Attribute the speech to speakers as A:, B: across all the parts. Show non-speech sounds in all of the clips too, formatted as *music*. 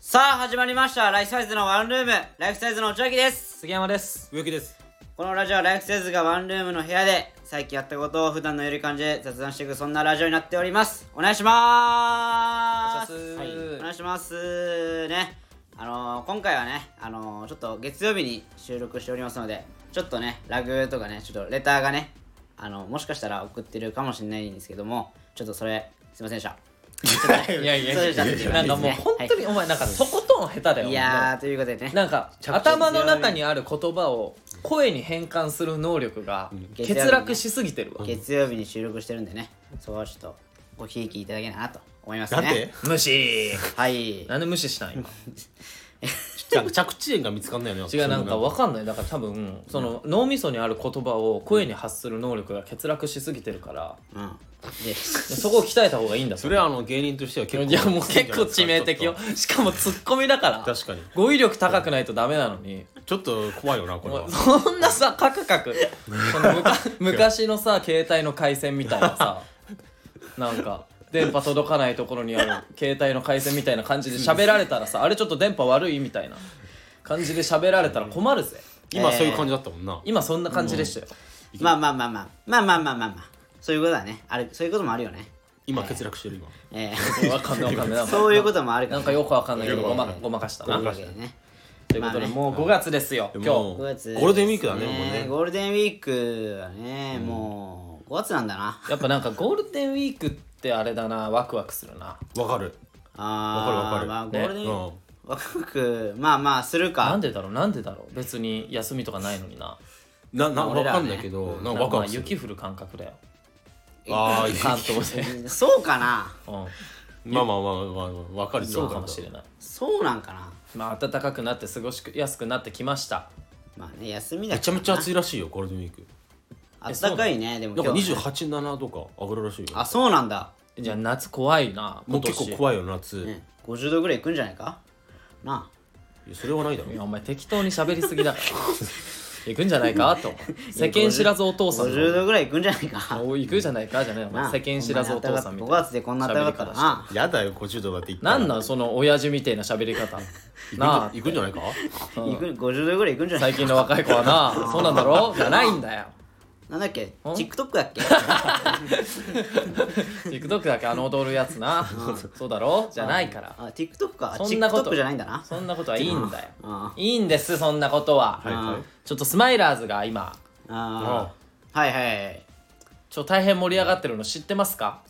A: さあ始まりましたライフサイズのワンルームライフサイズの内脇です
B: 杉山です
C: 植木です
A: このラジオはライフサイズがワンルームの部屋で最近やったことを普段のより感じで雑談していくそんなラジオになっておりますお願いしまーす
B: お願いします
A: お願いしますねあのー、今回はねあのー、ちょっと月曜日に収録しておりますのでちょっとねラグとかねちょっとレターがねあのもしかしたら送ってるかもしれないんですけどもちょっとそれすいませんでした
B: いやいや
A: そうでした
B: いやなんかもう本当にお前なんかとことん下手だよ
A: いやーということでね
B: なんか
C: 着地
B: 頭の中にある言葉を声に変換する能力が欠落しすぎてるわ
A: 月曜日に収録してるんでね、そこはちょっとごひいきいただけたらなと思いますね
C: なんで
B: 無視
A: はい
C: *laughs*
B: なんで無視したん今
C: なんか着地点が見つかんないよね
B: 違うなんかわかんないだから多分その脳みそにある言葉を声に発する能力が欠落しすぎてるから
A: うんで
B: そこを鍛えた方がいいんだ
C: それはあの芸人としては結構
B: いやもう結構致命的よしかもツッコミだから
C: 確かに
B: 語彙力高くないとダメなのに
C: ちょっと怖いよなこれ *laughs* は
B: そんなさカクカクそのむか昔のさ携帯の回線みたいなさなんか電波届かないところにある携帯の回線みたいな感じで喋られたらさあれちょっと電波悪いみたいな感じで喋られたら困るぜ
C: 今そういう感じだったもんな
B: 今そんな感じでしたよ、
A: まあまあまあまあまあまあまあまあ、まあ、そういうことだねあるそういうこともあるよね
C: 今欠落してる今
A: え
C: *laughs*
B: わかんないわかんない
A: ー、
B: なんか
A: そういうこともある
B: なんかよくわかんないけど
A: えー
B: ごまごまかした
A: と
B: な
A: いう
B: と
A: わ
B: い
A: けでね
B: うことで
A: まあね
B: もう5月ですよ今
C: も
B: 日
A: 5
C: う
A: 月
C: ゴールデンウィークだね
A: です
C: もうね
A: ゴールデンウィークはね、もう5月なんだな
B: やっぱなんかゴールデンウィークってあれだなワクワクするな
C: わかる
A: あー
C: わかるわかる
A: まあ、ゴールデンウィー
C: ね
A: ク、ワクワクまあまあするか
B: なんでだろうなんでだろう別に休みとかないのにな
C: なな
A: 俺
C: わ
A: らは
C: か
A: ね
C: んないけど
B: なか
C: なんんかワク
B: まあ
C: ワクする
B: 雪降る感覚だよ
C: あー
B: 関東で
A: そうかな
B: *laughs* うん
C: まあまあまあまあまあわかる
B: そうかもしれ
C: い
B: ない
A: そうなんかな
B: まあ暖かくなって過ごしやすくなってきました
A: まあね休みだか
C: め
A: ら
C: ちゃめちゃ暑いらしいよゴールデンウィーク
A: あったかいねでも
C: なんか
A: 今日はね
C: 287とか上がるらしいよ
A: あそうなんだ
B: じゃあ夏怖いな今
C: もう結
B: 年
C: 構怖いよ夏
A: ね50度ぐらいいくんじゃないかない
C: やそれはないだろ
B: いやお前適当に喋りす *laughs* ぎだ行くんじゃないかと世間知らずお父
A: あ
B: さん
A: 50度ぐらいいくんじゃないか
B: おい行くじゃないかじゃないお
A: なあ
B: 前世間知らずお父さんみたい
A: こな
B: な
A: 暖かかった5月でこんな暖かかったらな
C: やだよ50度だって言ったら
B: なんなんその親父みたいな喋り方なあ
C: 行くんじゃない
A: い
C: か
A: く50度ぐらいいくんじゃない
B: 最
A: か
B: 近の若い子はなそうなんだろじゃないんだ *laughs* よ
A: なんだっけ
B: ん
A: TikTok だっ
B: *laughs*
A: け
B: TikTok だけあの踊るやつなそうだろじゃないから
A: あ TikTok かあ
B: そんなこと
A: TikTok じゃないんだな
B: そんなことはいいんだよ
A: あ
B: いいんですそんなことは、
C: はいはい
B: ちょっとスマイラーズが今
A: あーはいはいはい *laughs*
B: ちょっと大変盛り上がってるの知ってますか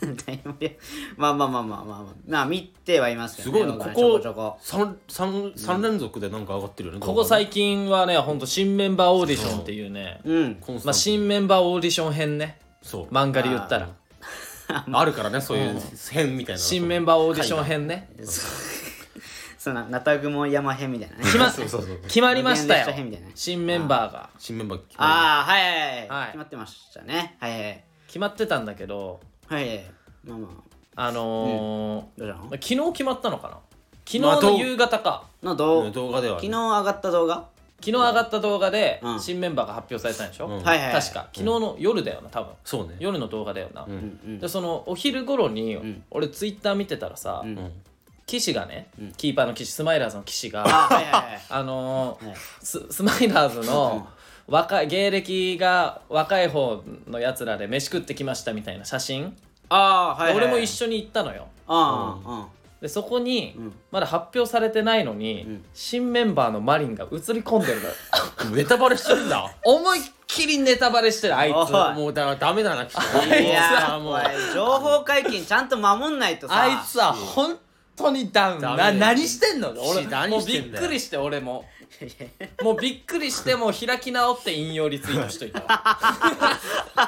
A: 大変盛り上がまあまあまあまあまあまあまあ見てはいますけ
C: す
A: ど
C: ごいね
A: 僕は
C: こ
A: ね
C: こ
A: ちょこ
C: 三三三連続でなんか上がってるよね
B: ここ最近はねほんと新メンバーオーディションっていうね、
A: ちょこうん
C: 近
B: まあ、新メンバーオーディション編ね
C: そう
B: 漫画で言ったら
C: あるからねそういう変みたいな
B: 新メンバーオーディション編ね
A: そんななたぐも山編みたいなね
B: 決ま
C: *laughs* そうそうそう
B: 決まりました
A: 無限列
B: よ
A: 車編みたいな
B: 新メンバーが
C: 新メンバー決ま
A: ああはいはいはい、
B: はい
A: 決まってましたねはいはい
B: 決まってたんだけど
A: はいはいまあまあ
B: あのー
A: どうしたの
B: 昨日決まったのかな
C: まあ
B: 昨日
C: ど
B: の
C: う
B: 夕方か
A: の
C: り
A: 動
C: ね動画では
A: 昨
C: ね
A: 日上がった動画、
B: 昨日上がった動画で
A: うん
B: 新メンバーが発表されたんでしょ、
C: う
A: は
C: ん
A: いはいはい
B: 確か昨日の夜だよな多分
C: そうね
B: 夜の動画だよな、
C: ん
B: でそのお昼頃に、俺ツイッター見てたらさ、
C: ん
B: 岸がね、キーパーの岸スマイラーズの岸が
A: あはいはいはい
B: あのー
A: はい
B: ススマイラーズの若い芸歴が若い方のやつらで飯食ってきましたみたいな写真、
A: あーはいはい
B: 俺も一緒に行ったのよ
A: ああ、うん
B: でそこに、まだ発表されてないのに、新メンバーのマリンが映り込んでるのよ
C: ネタバレしてるん *laughs* だ
B: 思いっきりネタバレしてるあいつ
A: おい
C: もうだからダメだなきっと
A: いやー
C: も
A: も
C: う
A: う情報解禁ちゃんと守んないとさ
B: あいつは本当にダウン
C: ダメだ
B: な
C: よ
B: 何してんの俺
C: 何
B: もう
C: して
B: びっ
C: んだよ
B: くりして俺ももうびっくりしてもう開き直って引用リツイートしといた *laughs* わ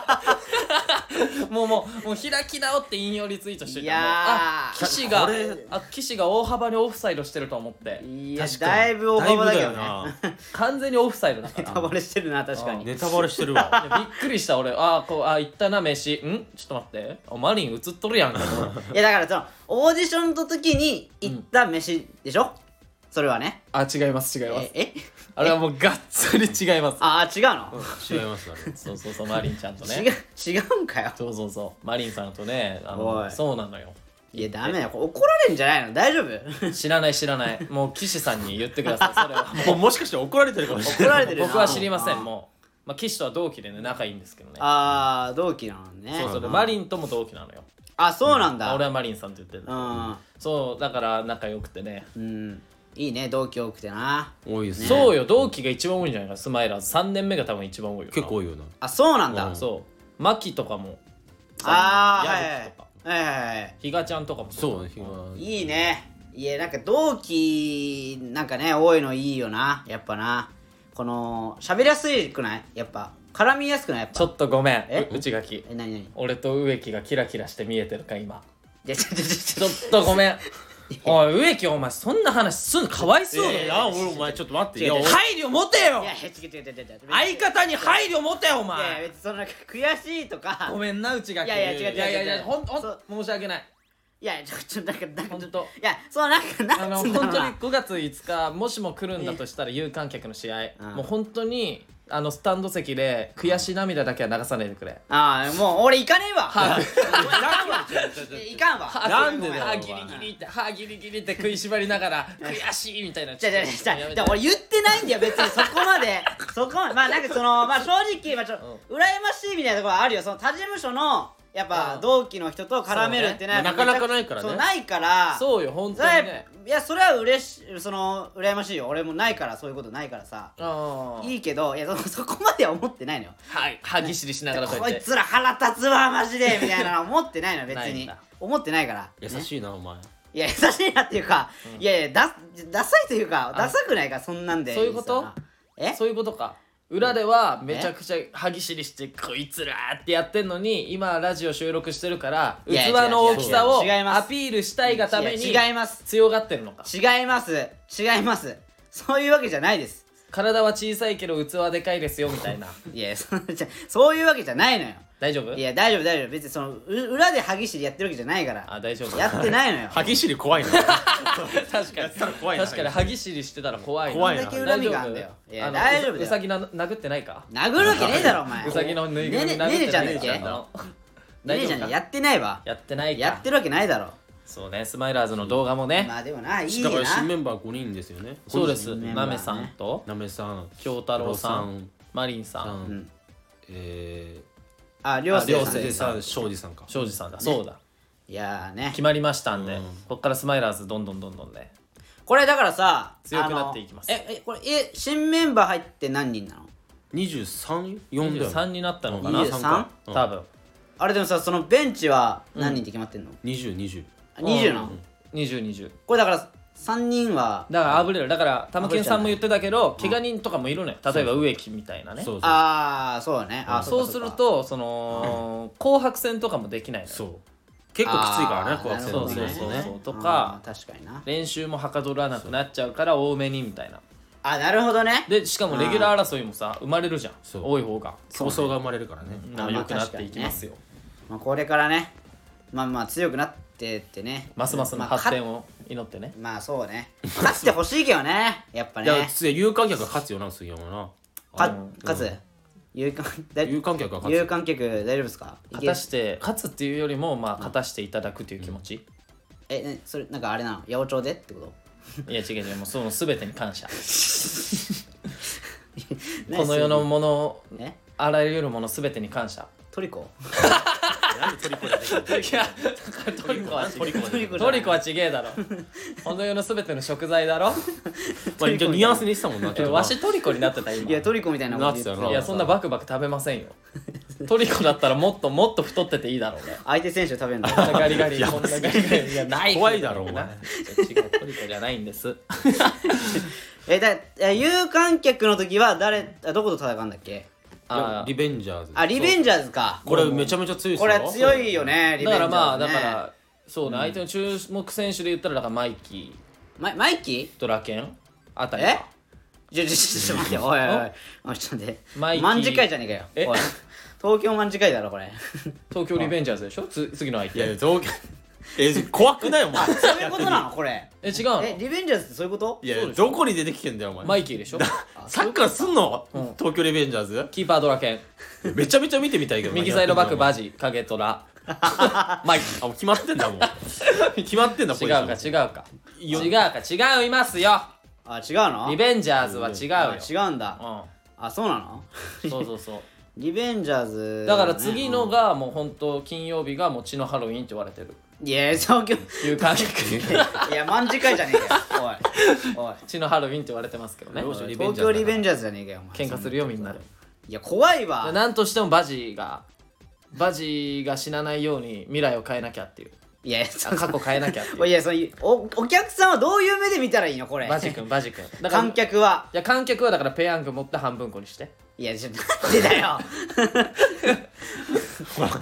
B: もうもうもう開き直って引用リツイートしとい
A: い
B: た
A: やー
B: もうあ岸が
C: これ
B: あ岸が大幅にオフサイドしてると思って
A: いや
C: 確かに
A: だいぶ大幅だけどね
C: だいぶだよ
B: 完全にオフサイドだか
A: ネ
B: ら
A: タバレしてるな確か
C: な
A: に
C: ネタバレしてるわ
B: *laughs* びっくりした俺あーこうあー行ったな飯んちょっと待ってあマリン映っとるやんか
A: いやだからそのオーディションの時に行った飯でしょ、それはね
B: *laughs* あ違います違い
A: ええ
B: あれはもうがっつり違います
A: ああ違うの、
C: 違いますあ
B: *laughs*
C: れ
B: そうそうそうマリンちゃんとね
A: 違う違うんかよ
B: そうそうそうマリンさんとねあ
A: お
B: の
A: い
B: そうなのよ
A: いやダメだよこれ怒られんじゃないの大丈夫
B: 知らない知らないもう岸さんに言ってくださいそれは
C: もうもしかして怒られてるかもし
A: *laughs* 怒
C: れない
A: られてるな
B: 僕は知りません
A: う
B: もう、まあ、岸とは同期でね仲いいんですけどね
A: ああ同期なのね
B: そうそうで
A: ん
B: マリンとも同期なのよ
A: あそうなんだ、
B: 俺はマリンさんって言ってるそうだから仲良くてね
A: うん、うん、いいね同期多くてな
C: 多いですね
B: そうよ同期が一番多いんじゃないかスマイラーズ3年目が多分一番多いよな
C: 結構多いよな
A: あそうなんだ、
C: うん
B: そうマキとかも
A: ああ
B: 矢吹とか
A: はいはいはいはい
B: 比嘉ちゃんとかも
C: そうね
A: いいねいやなんか同期なんかね多いのいいよなやっぱなこの喋りやすくないやっぱ絡みやすくないやっぱ
B: ちょっとごめん
A: え
B: う内垣
A: え何何い *laughs*
B: 俺と植木がキラキラして見えてるか今
A: やちょちょち
B: ち
A: ょ
B: ょ
A: ち
B: っとごめんおい植木お前そんな話すんのかわいそうだ
C: い
B: よ
C: や俺お前ちょっと待っていや
A: 違う違
C: 俺
A: う
B: 配慮持て
A: ょ
B: よ
A: いや違う違う違う違う違う
B: 相方に配慮持てよお
A: いやいや
B: 前
A: 別にそのなんか悔しいとか
B: ごめんな内垣
A: いやいや違う違う違う
B: いやいやほんほん
A: そう
B: 申し
A: *laughs*
B: 訳ない
A: いやちょちょなんかなんか
B: ほんと
A: いやそうなんか
B: あ
A: なん
B: の
A: つうん
B: 本
A: だ
B: 当
A: ろ
B: に
A: うな
B: 5月5日もしも来るんだとしたら有観客の試合
A: うん
B: もう本当にあのスタンド席で悔しい涙だけは流さないでくれ
A: ああもう俺行かねえわ
B: 歯
A: *laughs* いかんわ
C: なんでだよ
B: 歯ギリギリって歯ギリギリって食いしばりなが
A: *laughs*
B: ら悔しいみたいな
A: じゃじゃじゃ
B: やめて
A: じゃ俺言ってないんだよ別にそこま
B: *laughs*
A: でそこまでまあなんかそのまあ正直まあちょっと羨ましいみたいなところはあるよその他事務所のやっ
B: う
A: ぱ
B: ん
A: 同期の人と絡めるって
C: そうねまあなかなかないからね
A: そうないから
B: そうよ本
A: そ
B: 当
A: れ
B: に
A: は
B: ね
A: いやそれは嬉しいその羨ましいよ俺もないからそういうことないからさ
B: あー
A: いいけどいやそのそこまでは思ってないのよ
B: 歯歯ぎしりしながらこう
A: こ
B: や
A: い
B: って
A: つら腹立つわマジでみたいなのは思ってないのよ別
B: ないん
A: に
B: だ
A: 思ってないから
C: 優
A: ね
C: しいなお前
A: いや優しいなっていうか、いやいやだダサいというかダサくないからそんなんで
B: そういうこと
A: え
B: そういうことか裏ではめちゃくちゃ歯ぎしりしてこいつらーってやってんのに今ラジオ収録してるから器
A: いやいや
B: の大きさを
A: 違う違う違います
B: アピールしたいがために
A: いや違います
B: 強がってるのか
A: 違います違いますそういうわけじゃないです
B: 体は小さいけど器でかいですよみたいな
A: いやそじゃそういうわけじゃないのよ
B: 大丈夫
A: いや大丈夫大丈夫別にそのう裏で歯ぎしりやってるわけじゃないから
B: あ大丈夫 *laughs*
A: やってないのよ
C: 歯ぎしり怖いな
B: 確か
C: や
B: に
C: ったら怖いな
B: 確かに歯ぎしりしてたら怖いな
C: 怖い
A: どん
C: な
A: だけ恨みがあんだよいや
B: あの
A: 大丈夫だ
B: う
A: よ
B: さぎな殴ってないか
A: 殴るわけねえだろお前
B: うさぎのぬいぐるみ
A: ねね
B: 殴っ
A: ねね
B: て
A: ちゃ
B: なんい
A: だっ
B: か
A: けね
B: *laughs* 大
A: ねち
B: 丈
A: ゃ
B: 夫
A: ん
B: か
A: やってないわ
B: やってないか
A: やってるわけないだろ
B: そうねスマイラーズの動画もね
A: まあでもないい
C: だから
A: な
C: 新メンバー5人ですよね
B: そうです
A: メンバー
B: な
A: ね
B: めさんと
C: なめさん
B: 京太郎さ
C: 京太郎さ
B: ん
C: ん
B: マリンさ
C: さ
B: ん
C: ん
A: ん
C: え
A: あ
C: ー
A: 両生さん
B: あ
A: い
B: 涼
C: 生さん庄司さんか
B: 庄司さんだそうだ
A: やーね
B: 決まりましたんで
C: うん
B: こっからスマイラーズどんどんどんどんね
A: これだからさ
B: 強くなっていきます
A: あのええこれえ新メンバー入って何人なの
C: 23 4だよ
B: 23になったのかな
A: 23
C: 23
B: 多分
A: あれでもさそのベンチは何人って決まってんの、
C: 2020
A: あ20なの、
B: 2020
A: これだから3人は
B: だからあぶれるだから玉健さんも言ってたけど怪我人とかもいるのよ例えば植木みたいなね
C: そうそう
A: ああそうだねあ
B: そう
A: か
B: す
A: か
B: るとその紅白戦とかもできないのよ
C: そう結構きついから
A: あ
C: ね
A: ー
C: 紅白戦
B: そう
A: な
B: そ
A: るほど
B: うそう
A: ね
B: そうとか
A: あー確かにな
B: 練習もはかどらなくなっちゃうから多めにみたいな
A: あなるほどね
B: でしかもレギュラー争いもさ生まれるじゃん
C: そう
B: 多い方が
C: 競争が生まれるからね
B: なんか良くなっていきますよ
A: まあ、これからねまあまあ強くなってってね
B: ますますの
A: あ
B: 発展
A: 勝
B: を祈ってね
A: まあそうね勝ってほしいけどねやっぱ
C: いや
A: ね
C: つや有観客が勝つよな杉山な
A: か勝つ有観 *laughs* だ
C: 有観客が勝つ
A: 有観客大丈夫ですかい
B: 勝
A: け
B: たして勝つっていうよりもまあ勝たしていただくという気持ち
A: えねそれなんかあれなの八百長でってこと
B: いや違う違うもうその全てに感謝こ
A: ね
B: の世のもの
A: え
B: あらゆるもの全てに感謝
A: トリコ
C: なんでトリコででき
B: い
C: る
B: やだから *laughs* トリコは違え
A: トリコじゃ
B: ト
A: ない
B: リコは違えだろこの世の全ての食材だろ
C: まあ一応ニュアンスにしてたもんな
B: *laughs* えわしトリコになってた今
A: いやトリコみたいなこと言って
C: なってたよ
B: い
A: た
B: やそんなバクバク食べませんよトリコだったらもっともっと太って *laughs* ていいだろうね
A: 相手選手食べるんだ
B: こんなガリガリこんなガリガリいやない
C: 怖いだろお前
B: 違うトリコじゃないんです
A: えだえ有観客の時は誰あどこと戦うんだっけ
B: あ
C: リベンジャーズ
A: あリベンジャーズか
C: これめちゃめちゃ強いっす
A: こ
C: よ
A: れは強いよねリベンジャーズ、ね、
B: だからまあだからそうね相手の注目選手で言ったらだからマイキ
A: マイマイキ
B: ードラケンあたり
A: え
B: か
A: ちょちょちょちょ待っておいおいおいおいちょっと待って
B: マイキー
A: 万次会じゃねえ
B: え
A: かよおい東京万次会だろこれ
B: 東京リベンジャーズでしょつ次の相
C: いやい
B: 手
C: や東京 *laughs* え怖くないお前
A: そういうことなのこれ
B: え違う
A: *laughs*
B: の
A: えリベンジャーズってそういうこと
C: いやどこに出てきてんだよお前
B: マイキーでしょ
C: サッカーすんの東京リベンジャーズ
B: キーパードラケン
C: めちゃめちゃ見てみたいけどな
B: 右サイドバックバ
A: *laughs*
C: ジ
B: ジ影虎まあいい
C: あもう決まってんだ
B: *laughs*
C: もう決まってんだ
B: 違う
C: ポ
B: か
C: ジシ
B: 違
C: ョン
B: うか違うか違いますよ
A: あ違うの
B: リベンジャーズは違うよ、
A: あ違うんだあそうなの
B: うん、そうそ
A: *laughs*
B: うそう
A: リベンジャーズ
B: だから次のがもう本当金曜日がもう血のハロウィンって言われてる
A: うんいや東京
B: いう感じ
A: *laughs* いやまんじかいじゃねえかよおいおい
B: 血のハロウィンって言われてますけどね
C: どうしようリベン
A: 東
C: ジャー
A: 京
C: ズ
A: リベンジャーズじゃねえかよお前
B: 喧嘩するよみんなで
A: いや怖いわ
B: 何としてもバジがバジが死なないように未来を変えなきゃっていう
A: いや
B: あ過去変えなきゃってい
A: いうやその *laughs* おお客さんはどういう目で見たらいいのこれ
B: バジ君バジ君だから
A: 観客はい
B: や観客はだからペヤング持って半分こにして
A: いやちょなんでだ
C: *laughs*
A: よ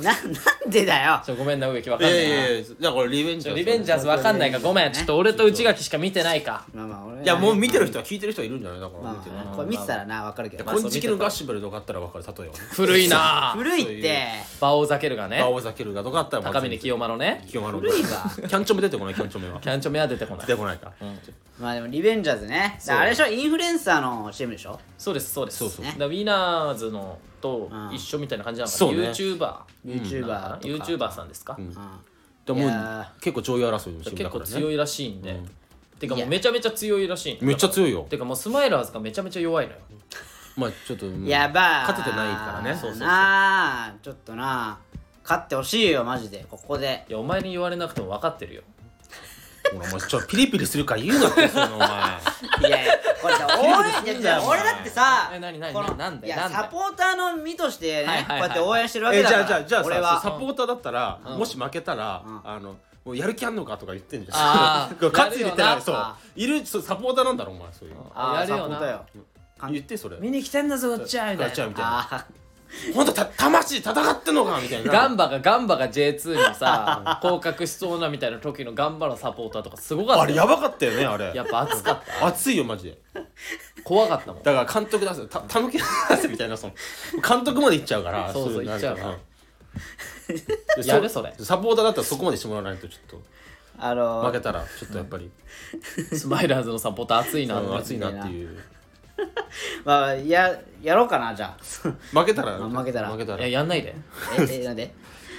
A: ななんでだよ
B: ちょごめんな植木わ
C: い
B: かん
C: や
B: ないない
C: やいやだからリベンジ
B: ち
C: ャ
B: ょ
C: ーズ
B: リベンジャーズわかんないからごめんちょっと俺と内垣しか見てないか
A: まあまあ俺
C: いやもう見てる人は聞いてる人はいるんじゃないだから
A: まあ
C: 見てる
A: まあこれ見てたらなわかるけど
B: まあ
C: 金色のガッシュベルとかあったら分かる例えばね
B: 古いなぁ
A: 古いって
B: 馬王ザケルがね
C: *laughs* 青青ざけるがとかあったら
B: 高峰
C: 清
B: 清間のね
C: 清丸
A: 古いわ
C: キャンチョメ出てこないキャンチョメは
B: キャンチョメは出てこない
C: 出てこないか
A: まあでもリベンジャーズねだからあれでしょインフルエンサーの CM でしょ
B: そうですそうです
C: そうそう
B: だからウィナーズのと一緒みたいな感じなのか
C: うん
B: な、ユーチューバ
A: YouTuber
B: ーユーチューバーさんですか、
A: とか
C: で
A: い
C: も
A: や
C: 結構上位争いのチーム
B: 結
C: だか
B: 構
C: ら
B: 強
C: ね
B: いらしいんで、てか
A: い
B: も
A: や
B: うめちゃめちゃ強いらしいんで
C: めっちゃ強いよ
B: てかもうスマイラーズがめちゃめちゃ弱いのよ
C: まあちょっとうん
A: いやば
C: 勝ててないからね
A: そうそうそう
C: そうそうそう
A: なあちょっとな勝ってほしいよマジでここで
B: いやお前に言われなくても分かってるよ
C: ほらお前ちょっとピリピリするから言うなってそのお前
A: いやいやこれさ応援いやいや俺だってさ
B: え何何
A: この
B: なんで
A: いや
B: なんで
A: サポーターの身として
B: は
A: ね
B: い
A: こ
B: は
A: う
B: いは
A: や
B: い
A: って応援してるわ
C: え
A: けだ
C: じ
A: か
C: ゃ
A: ら
C: あじゃあじゃあ
A: 俺
C: さサ
A: は
C: ポーターだったらもし負けたらあのもうやる気あんのかとか言ってんじゃ
B: あ
C: *laughs* ん
B: ー
C: 勝つに言って
B: や
C: な
B: るよ
C: い
B: な
C: そういるそうサポーターなんだろお前そういう
A: あー
B: やるよ
A: サポーターよ
B: な
C: 言ってそれ
B: 見に来てんだぞこっちはみたい
C: ガチャ
B: な
C: みたいな
A: あ
C: 本当た魂戦ってんのかみたいな
B: ガンバがガンバが J2 にさ降格しそうなみたいな時のガンバのサポーターとかすごかった
C: あれやばかったよねあれ
B: やっぱ熱かった
C: 熱いよマジで
B: 怖かったもん
C: だから監督出せたたぬき出せみたいなその監督まで行っちゃうから
B: そうそう
C: いのある
B: 行っちゃうか
C: うん
B: やるそれ
C: サポーターだったらそこまでしてもらわないとちょっ
A: ーあ
C: と負
A: の
C: けたらちょっとやっぱり
B: スマイラーズのサポーター熱いな
C: うん
B: って
C: 熱いなっていう
A: まあややろうかなじゃあ
C: 負けたら
A: 負けたら
C: 負けた
B: い
C: ら
B: ややんないで
A: ええなんで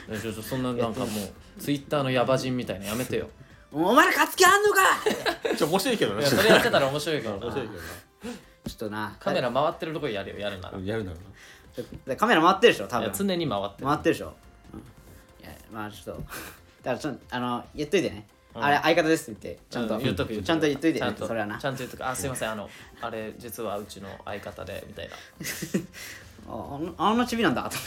B: いやちょちょそんななんかもうツイッターのヤバ人みたいなやめてよ
A: お前ら勝つ気あんのか *laughs*
C: ちょ面白いけど
B: い
C: ね
B: や
C: ちょっ
B: そ
C: と
B: れやってたら面白いから
C: 面白いけ
A: ちょっとな
B: カメラ回ってるとこやるよやるなら
C: どなやるなら
A: ラカメラ回ってるでしょ多
B: いや
A: 分
B: 常に回ってる
A: 回ってるでしょ、うんいやまあちょっと *laughs* だからちょっとあの言っといてね、あれ相方ですって言ってちゃんと、
B: うん言っとく言っとく
A: ちゃんと言っといて
B: ちゃ
A: ね
B: んと
A: それはな
B: ちゃんと言っとくあすいませんあのあれ実はうちの相方でみたいな
A: ああんあんなちびなん
B: *laughs*
A: だと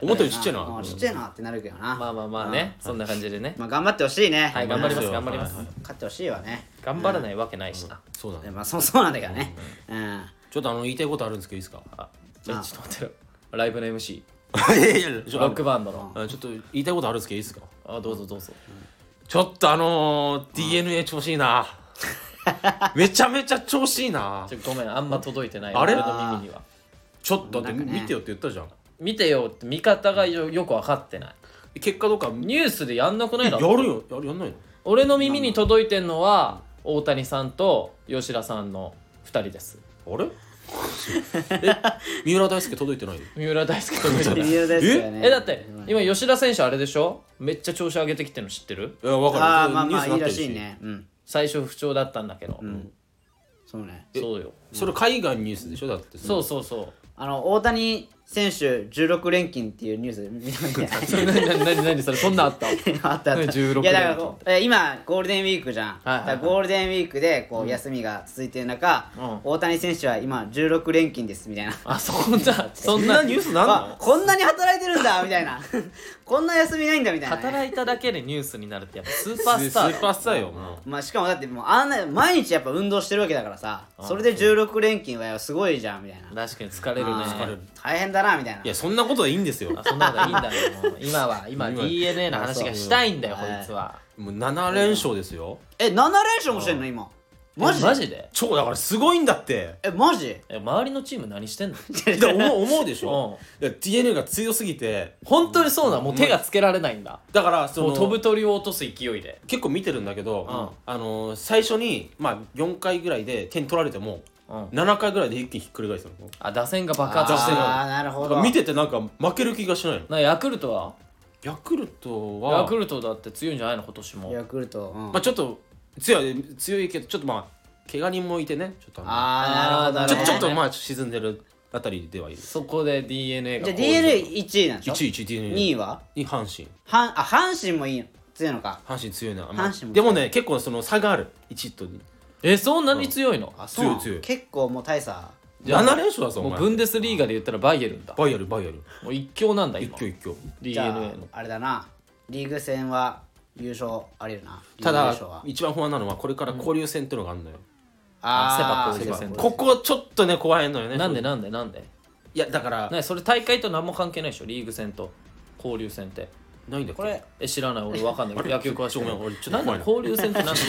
C: 思ったよりちっちゃいな
A: 思ってちっちゃいなってなるけどな、
B: まあまあまあねそんな感じでね
A: まあ頑張ってほしいね、
B: はい頑張ります
C: そう
B: 頑張ります
C: はい
A: 勝ってほしいわね
B: 頑張らないわけないしな
C: そうだ
A: で
C: ね
A: まあそうそうなんだけどねうん、
C: ちょっとあの言いたいことあるんですけどいいですか
B: あちょちょっと待ってよライブの MC
C: いやいやちょ
B: ロックバンドの
C: あのあちょっと言いたいことあるんですけどいいですか
B: あどうぞどうぞ
C: ちょっとあのー DNA 調子いいなめちゃめちゃ調子いいな
B: ちょごめんあんま届いてない
C: あれ
B: 俺の耳には
C: ちょっとだって
A: なんかね
C: 見てよって言ったじゃん
B: 見てよって見方がよよく分かってない
C: 結果どうか
B: ニュースでやんなくない
C: や
B: だ
C: る
B: ろ
C: よやるやんないの
B: 俺の耳に届いてんのは大谷さんと吉田さんの2人です
C: あれえ三浦大輔届いてないよ
B: 三浦大輔と
A: 微
B: 藤田
A: 妙ですよね
B: えだって今吉田選手あれでしょめっちゃ調子上げてきてるの知ってる
C: いや分かる
A: ああまあ
C: ニュ
A: ま
C: ー
A: あ
C: ス
A: いい
C: にな
A: ら
C: っ
A: しいね
C: てる
A: うん
B: 最初不調だったんだけど、
A: そうね
B: そうよ
C: それ海外のニュースでしょだって
B: そうそうそう
A: あの大谷選手16連勤っていうニュース見たみたい
B: *laughs*
A: な
B: それ何何何何それそんなんあった
A: *laughs* あったあった
B: 16
A: いやだからこうえ今ゴールデンウィークじゃん、
B: はいはいはい
A: だからゴールデンウィークでこう休みが続いてる中、
B: うん
A: 大谷選手は今16連勤ですみたいな、
B: あそんなそん
C: そんな
B: な
C: ニュースなん
A: あ
C: の
A: こんなに働いてるんだみたいな *laughs* こんな休みないんだみたいなね、
B: 働いただけでニュースになるってやっぱスーパー
C: ス
B: ス
C: ス
B: ターだ
C: ーパースターよも
A: まあしかもだってもうあんな毎日やっぱ運動してるわけだからさそれで16連勤はすごいじゃんみたいな
B: 確かに疲れるね
A: あー
C: 疲れる
A: 大変だなみたいな
C: ういやそんなことはいいんですよ
B: あそんなこといいんだよもう今は今
C: 今
B: DNA の話がしたいんだよ
A: あ
B: こ
A: そう
B: いつは
C: もう7連勝ですよ
A: え7連勝もしてんの今マジ
B: えマジで
C: 超だからすごいんだって
A: えマジ
B: え周りのチーム何してんの
C: で思う思うでしょ DNA が強すぎて
B: 本当にそうなのもう手がつけられないんだ
C: だからそ
B: も
C: の
B: う飛ぶ鳥を落とす勢いで
C: 結構見てるんだけど、あのー最初に、まあ、4回ぐらいで点取られても、
B: うん
C: 7回ぐらいで一気にひっくり返すの
B: あ打線が爆発してる
A: ああーなるほ
C: だか
A: ど
C: ら見ててなんか負ける気がしないの
B: なヤクルトは
C: ヤクルトは
B: ヤクルトだって強いんじゃないの今年も
A: ヤクルト、うん
C: まあ、ちょっと強い強いけどちょっとまあ怪我人もいてねちょっとあ
A: あーな
C: の
A: る
C: ち
A: ほど、
C: ょ
A: ね、
C: ちょっとまあ沈んでるあたりではいる
B: そこで d n a が
A: じゃあ DL1 位なんでしょ
C: 1位1位 d n
A: 2
C: a
A: 位は
C: 2位阪神
A: はんあ阪神もいいの強いのか
C: 阪神強いな、まあ
A: 阪神も
C: でもね結構その差がある1と2
B: えそんなに強いの
A: あそうなの
C: 強い強い
A: 結構もう大差
B: じゃあ
C: 7連勝だぞお
B: もう
C: 前
B: ブンデスリーガで言ったらバイエルンだ
C: バイアルバイアル
B: もう一強なんだ
C: 一
B: 今
C: 挙一挙
B: d
A: じ
B: n
A: ゃ
B: a
A: あ
B: の
A: あれだなリーグ戦は優勝ありるなリーグ
C: た
A: 優
C: だ
A: 勝は
C: 一番不安なのはこれから交流戦っていうのがあるのよ、
A: あー
B: セパ交流戦
A: セパ
C: ここちょっとね怖いのよね
B: なんでなんでなんで
C: いやだから
B: ねそれ大会と何も関係ないでしょリーグ戦と交流戦って
C: ないんだっ
A: こ
C: け
A: れ
B: え知らない俺わかんない野球詳しい
C: ごめん俺ちょっと
B: なんで
C: 怖い
B: 交
C: な
B: 流戦って何で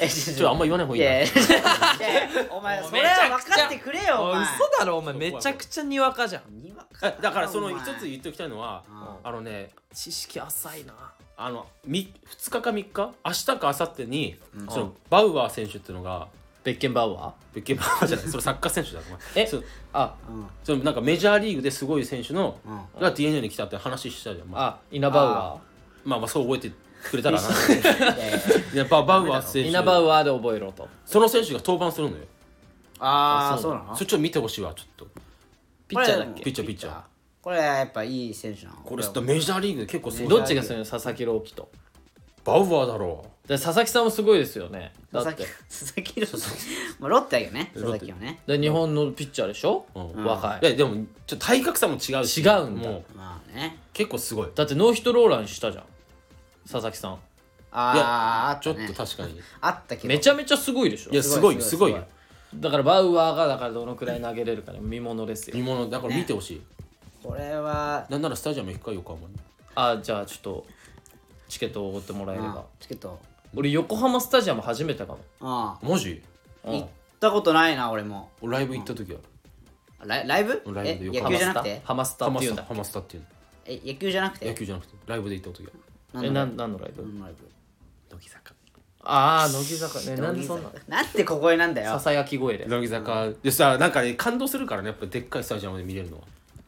A: えちょ
C: ちょあんま言わない方がいいな
A: やいやいやお前それは分かってくれよお前
B: 嘘だろお前めちゃくちゃにわかじゃん
A: にわか
C: あだからその
A: お
C: 一
A: 前
C: つ言っておきたいのはあのね
B: 知識浅いな
C: あのみ2日か3日明日か明後日に、そ
B: うん
C: のバウアー選手っていうのが
B: ベッケンバウア
C: ベッケンバウアーじゃないそれサッカー選手だお前
B: え
C: そう
B: ーあ
A: うん
C: そのなんかメジャーリーグですごい選手の、
A: う
C: が DNA に来たって話したじゃん、まあ、
B: あイナバウア
C: まあまあそう覚えてくれたらな
A: いやいや
C: いやババウアー
B: ー
C: 選
B: イ
C: 手
B: ナバウアーで覚えろと
C: その選手が登板するのよ
A: ああそうなの
C: それちょっと見てほしいわちょっと
B: ピッチャーだっ
C: ピ
B: け
C: ッチャーピッチャー
A: これはやっぱいい選手なの
C: これちょっとメジャーリーグで結構すごい
B: どっちがするの佐々木朗希と
C: バウアーだろう
B: で佐々木さんもすごいですよねだ
A: 佐
B: っ
A: 々
B: て
A: 木佐々木朗希まあロッテだけどね佐々木はね
B: で日本のピッチャーでしょ、
C: ん
B: 若い
C: いやでもちょっと体格差も違うし
B: 違うんだ
C: もう
A: まあね
C: 結構すごい
B: だってノーヒットローランしたじゃん佐々木さん
A: あ
C: い
A: ああ
C: や
A: っ
C: ちょ
A: た
C: っ
A: ね
C: と確かに
A: あったけど
B: めちゃめちゃすごいでしょ
C: いやすごいすごいよ
B: だからバウアーがだからどのくらい投げれるかね見ものですよ
C: 見物だから見てほしい、
A: これは
C: なんならスタジアム行くか横浜に
B: あじゃあちょっとチケットをおごってもらえれば
A: チケット
B: 俺横浜スタジアム初めてかも
A: ああ
C: マジ
B: うん
A: 行ったことないな俺も
C: 俺ライブ行った時は
A: ライライブ
C: ライ
A: え
C: ブで横
A: 野
C: 浜
A: 球じゃなくて
B: ハマスタ
C: ハ
B: ハマスタって
C: マ
B: い
C: ス
B: うん
C: タ
B: だ
C: ハマスタっていう
A: え野球じゃなく
C: 野
A: て
C: 球じゃなくてライブで行った時は
A: 何
B: え
A: のラ
B: な
A: イブ
B: ん何のライブ、
A: 何のライブ
C: 乃木坂
B: ああ乃木坂ねなんでそんな
A: なんでここになんだ
B: さ
A: よ
B: さやき声で
C: 乃木坂でさなんかね感動するからねやっぱでっかいスタジアムで見れるのは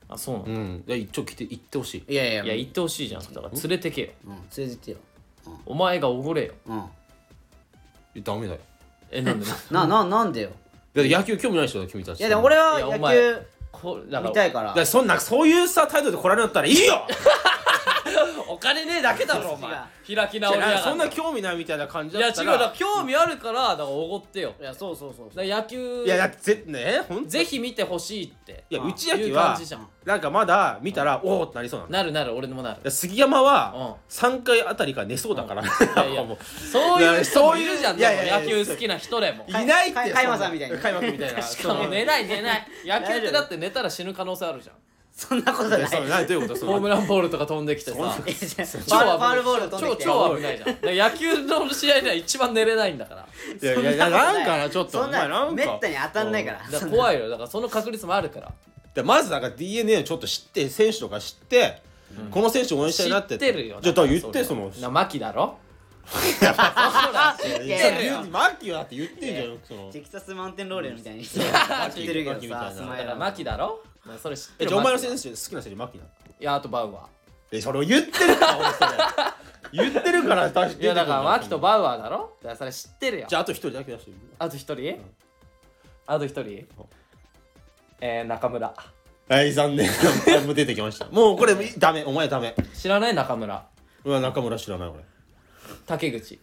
B: あそうなの、
C: うんで一応来て行ってほしい
A: いやいや
B: いや行ってほしいじゃんだから連れてけよ
A: うん連れてってよ
B: お前がおごれよ
A: うん
C: えダメだよ
B: えなんでなんで
A: なななんでよ
C: だって野球興味ないでしょ君たち
A: いやでも俺はい
B: やお
A: 野
B: 前
A: 球
B: こだから
A: 見たいから
C: だからそんなそういうさ態度で来られるんだったらいいよ
B: お金ねえだけ *laughs* だろお前開き直りやがって
C: そんな興味ないみたいな感じ
B: いや
C: だ
B: 違
C: った
B: うだ
C: ら
B: から興味あるからだからおごってよ
A: いやそうそうそうそう
B: だから野球
C: いやだってぜねほん
B: ぜひ見てほしいって
C: いや
A: うん
C: 内野
B: い
C: 球
B: う感
C: は
B: じじゃん
C: なんかまだ見たらおおってなりそうなのだ
B: な
C: か
B: るなる俺もなる
C: ら杉山
B: うん
C: は3回あたりから寝そうだから
B: いやいや
C: もう
B: そういう人
C: そう
B: い
C: いう
B: るじゃん
C: いやいやいや
B: でも野球好きな人でも
C: いないって
A: かいかいまさんみたいな
C: 開幕みたいな
B: しかも *laughs* 寝ない寝ない野球ってだって寝たら死ぬ可能性あるじゃ
A: そんなことない
C: いやそうないどういうことそ
B: んホーム
C: の
B: ランボールとか飛んできてさ
A: えじゃあフ
B: 超危ない
A: ァファールボール飛んできて
B: 超超危ないじゃんだから野球の試合では一番寝れないんだから
C: いやいやいやなんかなちょっと
A: そ
C: お
A: ん
C: 前な
A: なんめっ
C: か
A: たに当たんないから
B: だから怖いよだからその確率もあるから
C: でまずだから DNA をちょっと知って選手とか知ってこの選手応援したいなって
B: 知ってるよ
C: じゃあだから言って
B: だか
C: そ
B: ら
C: の
B: な牧だろ
A: い
C: いや
A: やいや
C: マッキーはだって言ってんじゃんその
A: テキサスマウンテンローレルみたいにしてってる
C: マ
A: け
C: キみ
A: ど
C: た
A: さ、ス
C: いな
A: マイ
B: だか
A: ル
B: ら牧だろだからそれ知って
C: え
B: る
C: じゃあお前の
B: 牧だ
C: 選手好きな選手マッキーなの
B: いやあとバウアー
C: えそれを言ってるから俺それ言ってるから出して
B: いやだからマキとバウアーだろだからそれ知ってるよ
C: じゃああと一人だけ出してみる
B: あと一人あと一人えー、中村
C: はい残念もう出てきました *laughs* もうこれダメお前ダメ
B: 知らない中村
C: うわ中村知らない俺
B: 竹口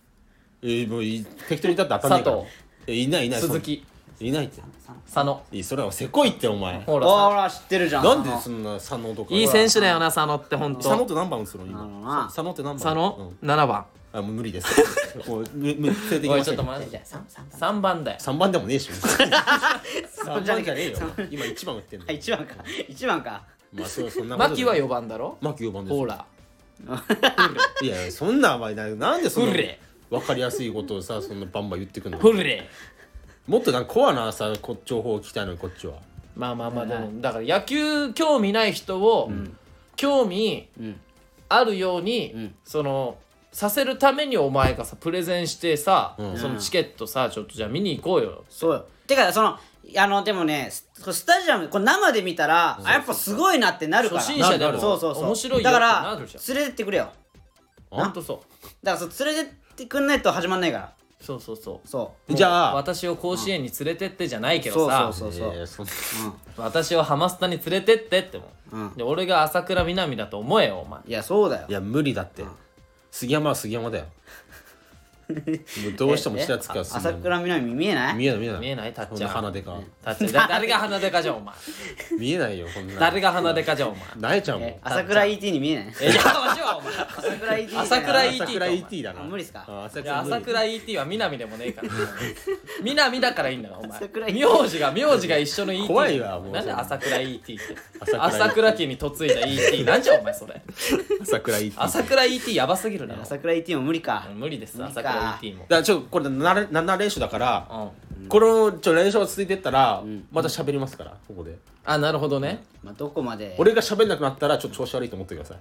C: えー、もういい適当にだって当たんないから
B: 佐
C: えいないいない
B: 鈴木
C: そんいないって
B: 佐野
C: いいそれはせこいってお前
A: ほ
B: ほら
A: ら
B: さ
A: ほら知ってるじゃん
C: なんでそんな佐野とか
B: いい選手だよな佐野ってほんと
C: 佐野って何番打つの
A: あの
C: 今
A: な
C: 佐野って何番
B: 佐野、
C: う
B: 7番
C: んあもう無理ですもう無無連れてき
B: お
C: ま
B: いち
C: せ
B: ょっ
C: ん
B: と待って3番だよ
C: 3番でもねえし
A: *laughs* じゃねえ
C: 3番じゃねえよ今1番打ってんの
A: あ一番か一番か
C: まあそうそんなことで
B: 牧は4番だろ
C: マキ4番です
B: ほら
C: いやいやそんな甘いななんでそんな
B: フレ
C: 分かりやすいことをさそんなバンバン言ってくんの
B: フルレ
C: もっとなんかコアなさこ情報を聞きたいのにこっちは
B: まあまあまあでもだから野球興味ない人を、興味
A: うん
B: あるように、
A: ん
B: そのさせるためにお前がさプレゼンしてさ、
C: うん
B: そのチケットさちょっとじゃあ見に行こうよ
A: そうよてかそのあのでもねススタジアムこれ生で見たらあやっぱすごいなってなるから
B: 初心者でも
A: そうそうそう
B: 面白いよ
A: だか
B: って
A: ら
B: なるじゃ
A: 連れてってくれよ
B: んほんとそ
A: だからそう連れてってくんないと始まんないから
B: うそうそうそう
A: そ
C: じゃあ
B: 私を甲子園に連れてってじゃないけ
A: う
B: ど
A: そう
B: さ
A: そうそうそう
C: えーそんな
B: 私をハマスタに連れてってっても、
A: うん
B: で俺が朝倉南だと思えよお前
A: いやそうだよ
C: いや無理だって杉山は杉山だよもうどうしても下
A: *laughs*
C: つくから杉
A: 朝
C: 山
A: 倉南見えない
C: 見えない見えない
B: 見えないたっちゃん
C: こんな鼻でか
B: 立ってだ誰が鼻でかじゃんお前
C: 見えないよこんな
B: 誰が鼻でかじゃんお前
C: 泣いちゃうもん
A: え朝倉 ET に見えない
B: えやわしはお前
A: 朝倉 ET
B: 朝倉 ET
C: 朝倉 ET だ
A: あ
C: な
A: 無理っすか
C: あ朝
B: いや
C: 倉無
B: 朝
C: 理
B: 倉 ET は南でもねえ
C: *laughs*
B: から南だからいいんだろお前
A: 朝倉 ET
B: 名字が名字が一緒の ET
C: 怖いわもう
B: なんで朝倉 ET って
C: 朝倉 ET
B: 朝倉家に嫁いだ ET なんじゃお前それ
C: 朝倉 ET だか
B: 朝倉 ET やばすぎるな
A: 朝倉 ET も無理か
B: 無理です
A: 無理か
B: 朝倉 ET も
C: らちょっとこれ7 7連勝だから
B: うん
C: このちょ連勝が続いてったらまた喋りますからここで
B: あなるほどね
A: まあどこまで
C: 俺が喋んなくなったらちょっと調子悪いと思ってください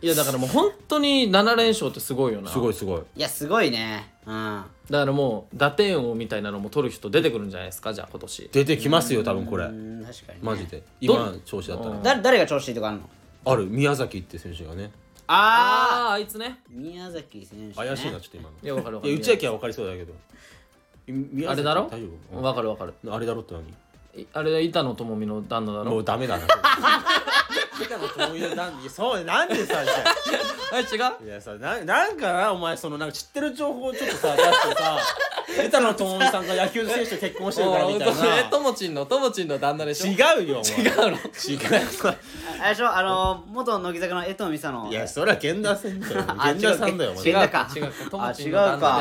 B: いやだからもう本当に7連勝ってすごいよな
C: すごいすごい
A: いやすごいねうん
B: だからもう打点王みたいなのも取る人出てくるんじゃないですかじゃあ今年
C: 出てきますよ多分これ
A: うん確かにね
C: マジで今の調子だったら
A: だ誰が調子いいとかあるの
C: ある宮崎って選手がね
A: ああ
B: あああいつね
A: 宮崎選手、ね、
C: 怪しいなちょっと今の
B: いやわかるわか
C: い
B: る
C: や内訳は分かりそうだけどい宮
B: あ
C: 崎
B: れだろ
C: 大丈夫
B: わかるわかる
C: うんあれだろって何
B: いあれ板野友美の旦那だろ
C: もうダメだな。そうなんでさ、じゃ
B: え違う
C: あいやさな、なんかな、お前、そのなんか知ってる情報をちょっとさ、出してさ、枝野智美さんが野球選手と結婚してるからみた
B: おーえ
C: い
B: ともちんのともちんの旦那でしょ
C: な。違うよ、違う
B: 違うの
C: 違
A: あれでしょあの元乃木坂の江藤美沙の
C: う。い
A: *laughs*
C: や、そりゃ源田選手だよ。源田さんだよ、お
A: 違
C: 前。
A: うか
B: 違うかと
A: あ
B: も
A: 違
B: ちん
A: う
B: の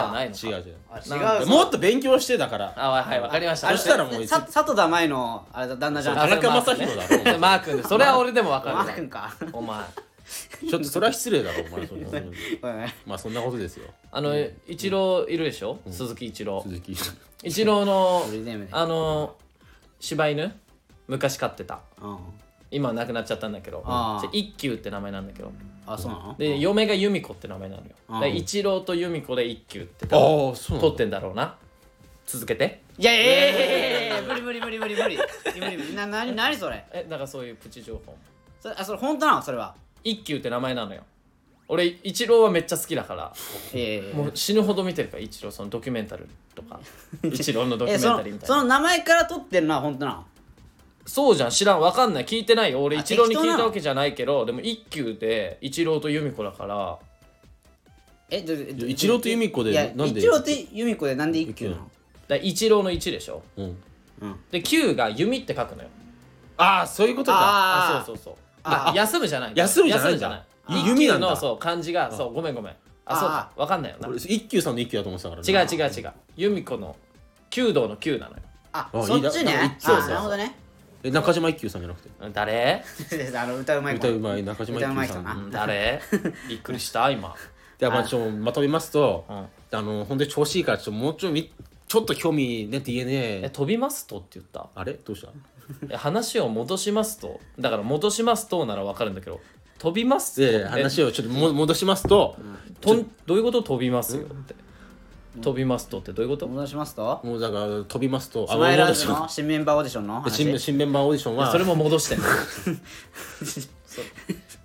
B: 旦那では
A: か
B: ないのか
C: 違う違う。
A: あ違
B: なん
A: う
C: もっと勉強してだから。
B: あはいわかりました
C: そしたらもう
A: さ佐藤田舞のあれだ旦那じゃん
C: 田
A: あ
B: あ
A: れ
C: 中将大だろ
B: それマー君ねそれは俺でもわかる
A: マ
B: わ
A: ー君か
B: お前
C: ちょっとそれは失礼だろ、お前。そん
A: ごめ
C: な
A: んごめん
C: まあ、そんなことですよ。
B: あの一郎いるでしょ鈴木一郎
C: 鈴木。
B: 一郎の
A: フルネームね
B: あの柴犬昔飼ってた
A: うん
B: 今亡くなっちゃったんだけど
A: あー
B: 一休って名前なんだけど
A: あそうなの
B: で嫁が由美子って名前なのよだ
A: あー
B: から一郎と由美子で一休って
C: あ
B: 多分
C: あ、そうな
B: 取っ
C: んだ。
B: てんだろうな続けて
A: いやいやいやいやいや無理無理無理無理無理無理無理ななになにそれ
B: えだからそういうプチ情報
A: それあそれ本当なのそれは
B: 一休って名前なのよ俺一郎はめっちゃ好きだから
A: いやいやいや
B: もう死ぬほど見てるから一郎そのドキュメンタルとか一郎のドキュ
A: え
B: メン
A: そ
B: タリーみ
A: の
B: たい
A: そ
B: な
A: の名前から取ってるのは本当なの
B: そうじゃん知らんわかんない聞いてないよ俺
A: あ
B: 一郎に
A: 適当
B: 聞
A: ないの
B: たわけじゃないけどでも一休で一郎と由美子だから
A: えどどど
C: イチローとユミコで
A: いや
C: なんで
A: イチローとユミコでなんで一級なの
B: だ一郎の一でしょ
C: うん
B: で九が弓って書くのよ
C: ああ、そういうことか。
B: あ
A: あ
B: そうそうそう
A: あ
B: あ休むじゃない
C: 休むじゃない
B: 休む
C: んだ
B: じゃない
C: あ
B: 一
C: 弓な
B: 休
C: んだ
B: のそう漢字がそうごめんごめんあそうかわかんないよな
C: 俺一休さんの一休だと思ってたから
B: 違う
C: な
B: 違う違う由美子の弓道の九なのよ
A: あ
C: あ
A: そっち
C: いいななん
A: ね
C: かそう
A: あ
C: そう
A: なるほどね
C: え中島一休さんじゃなくて
A: *laughs*
B: 誰
A: あの歌うまい
C: 歌
A: 子
C: うまい中島一
A: 歌うま
C: 休
A: い人
C: さん
A: な
C: う
B: *laughs*
C: ん
B: 誰びっくりした今
C: でまあちょっとまとめますと
B: うん
C: あの本当に調子いいからちょっともうちょいみちょっと興味
B: え
C: ね DNA
B: 飛びますとって言った
C: あれどうした
B: え話を戻しますとだから戻しますとならわかるんだけど飛びますと
C: で話をちょっとも戻しますと
B: とんどういうこと飛びますよって飛びますとってどういうこと
A: 戻しますと
C: もうだから飛びますと
A: スマイラーズ
C: あ
A: の新メンバーオーディションの
C: 戻します新
A: 話
C: 新メンバーオーディションは
B: それも戻してんの *laughs* そう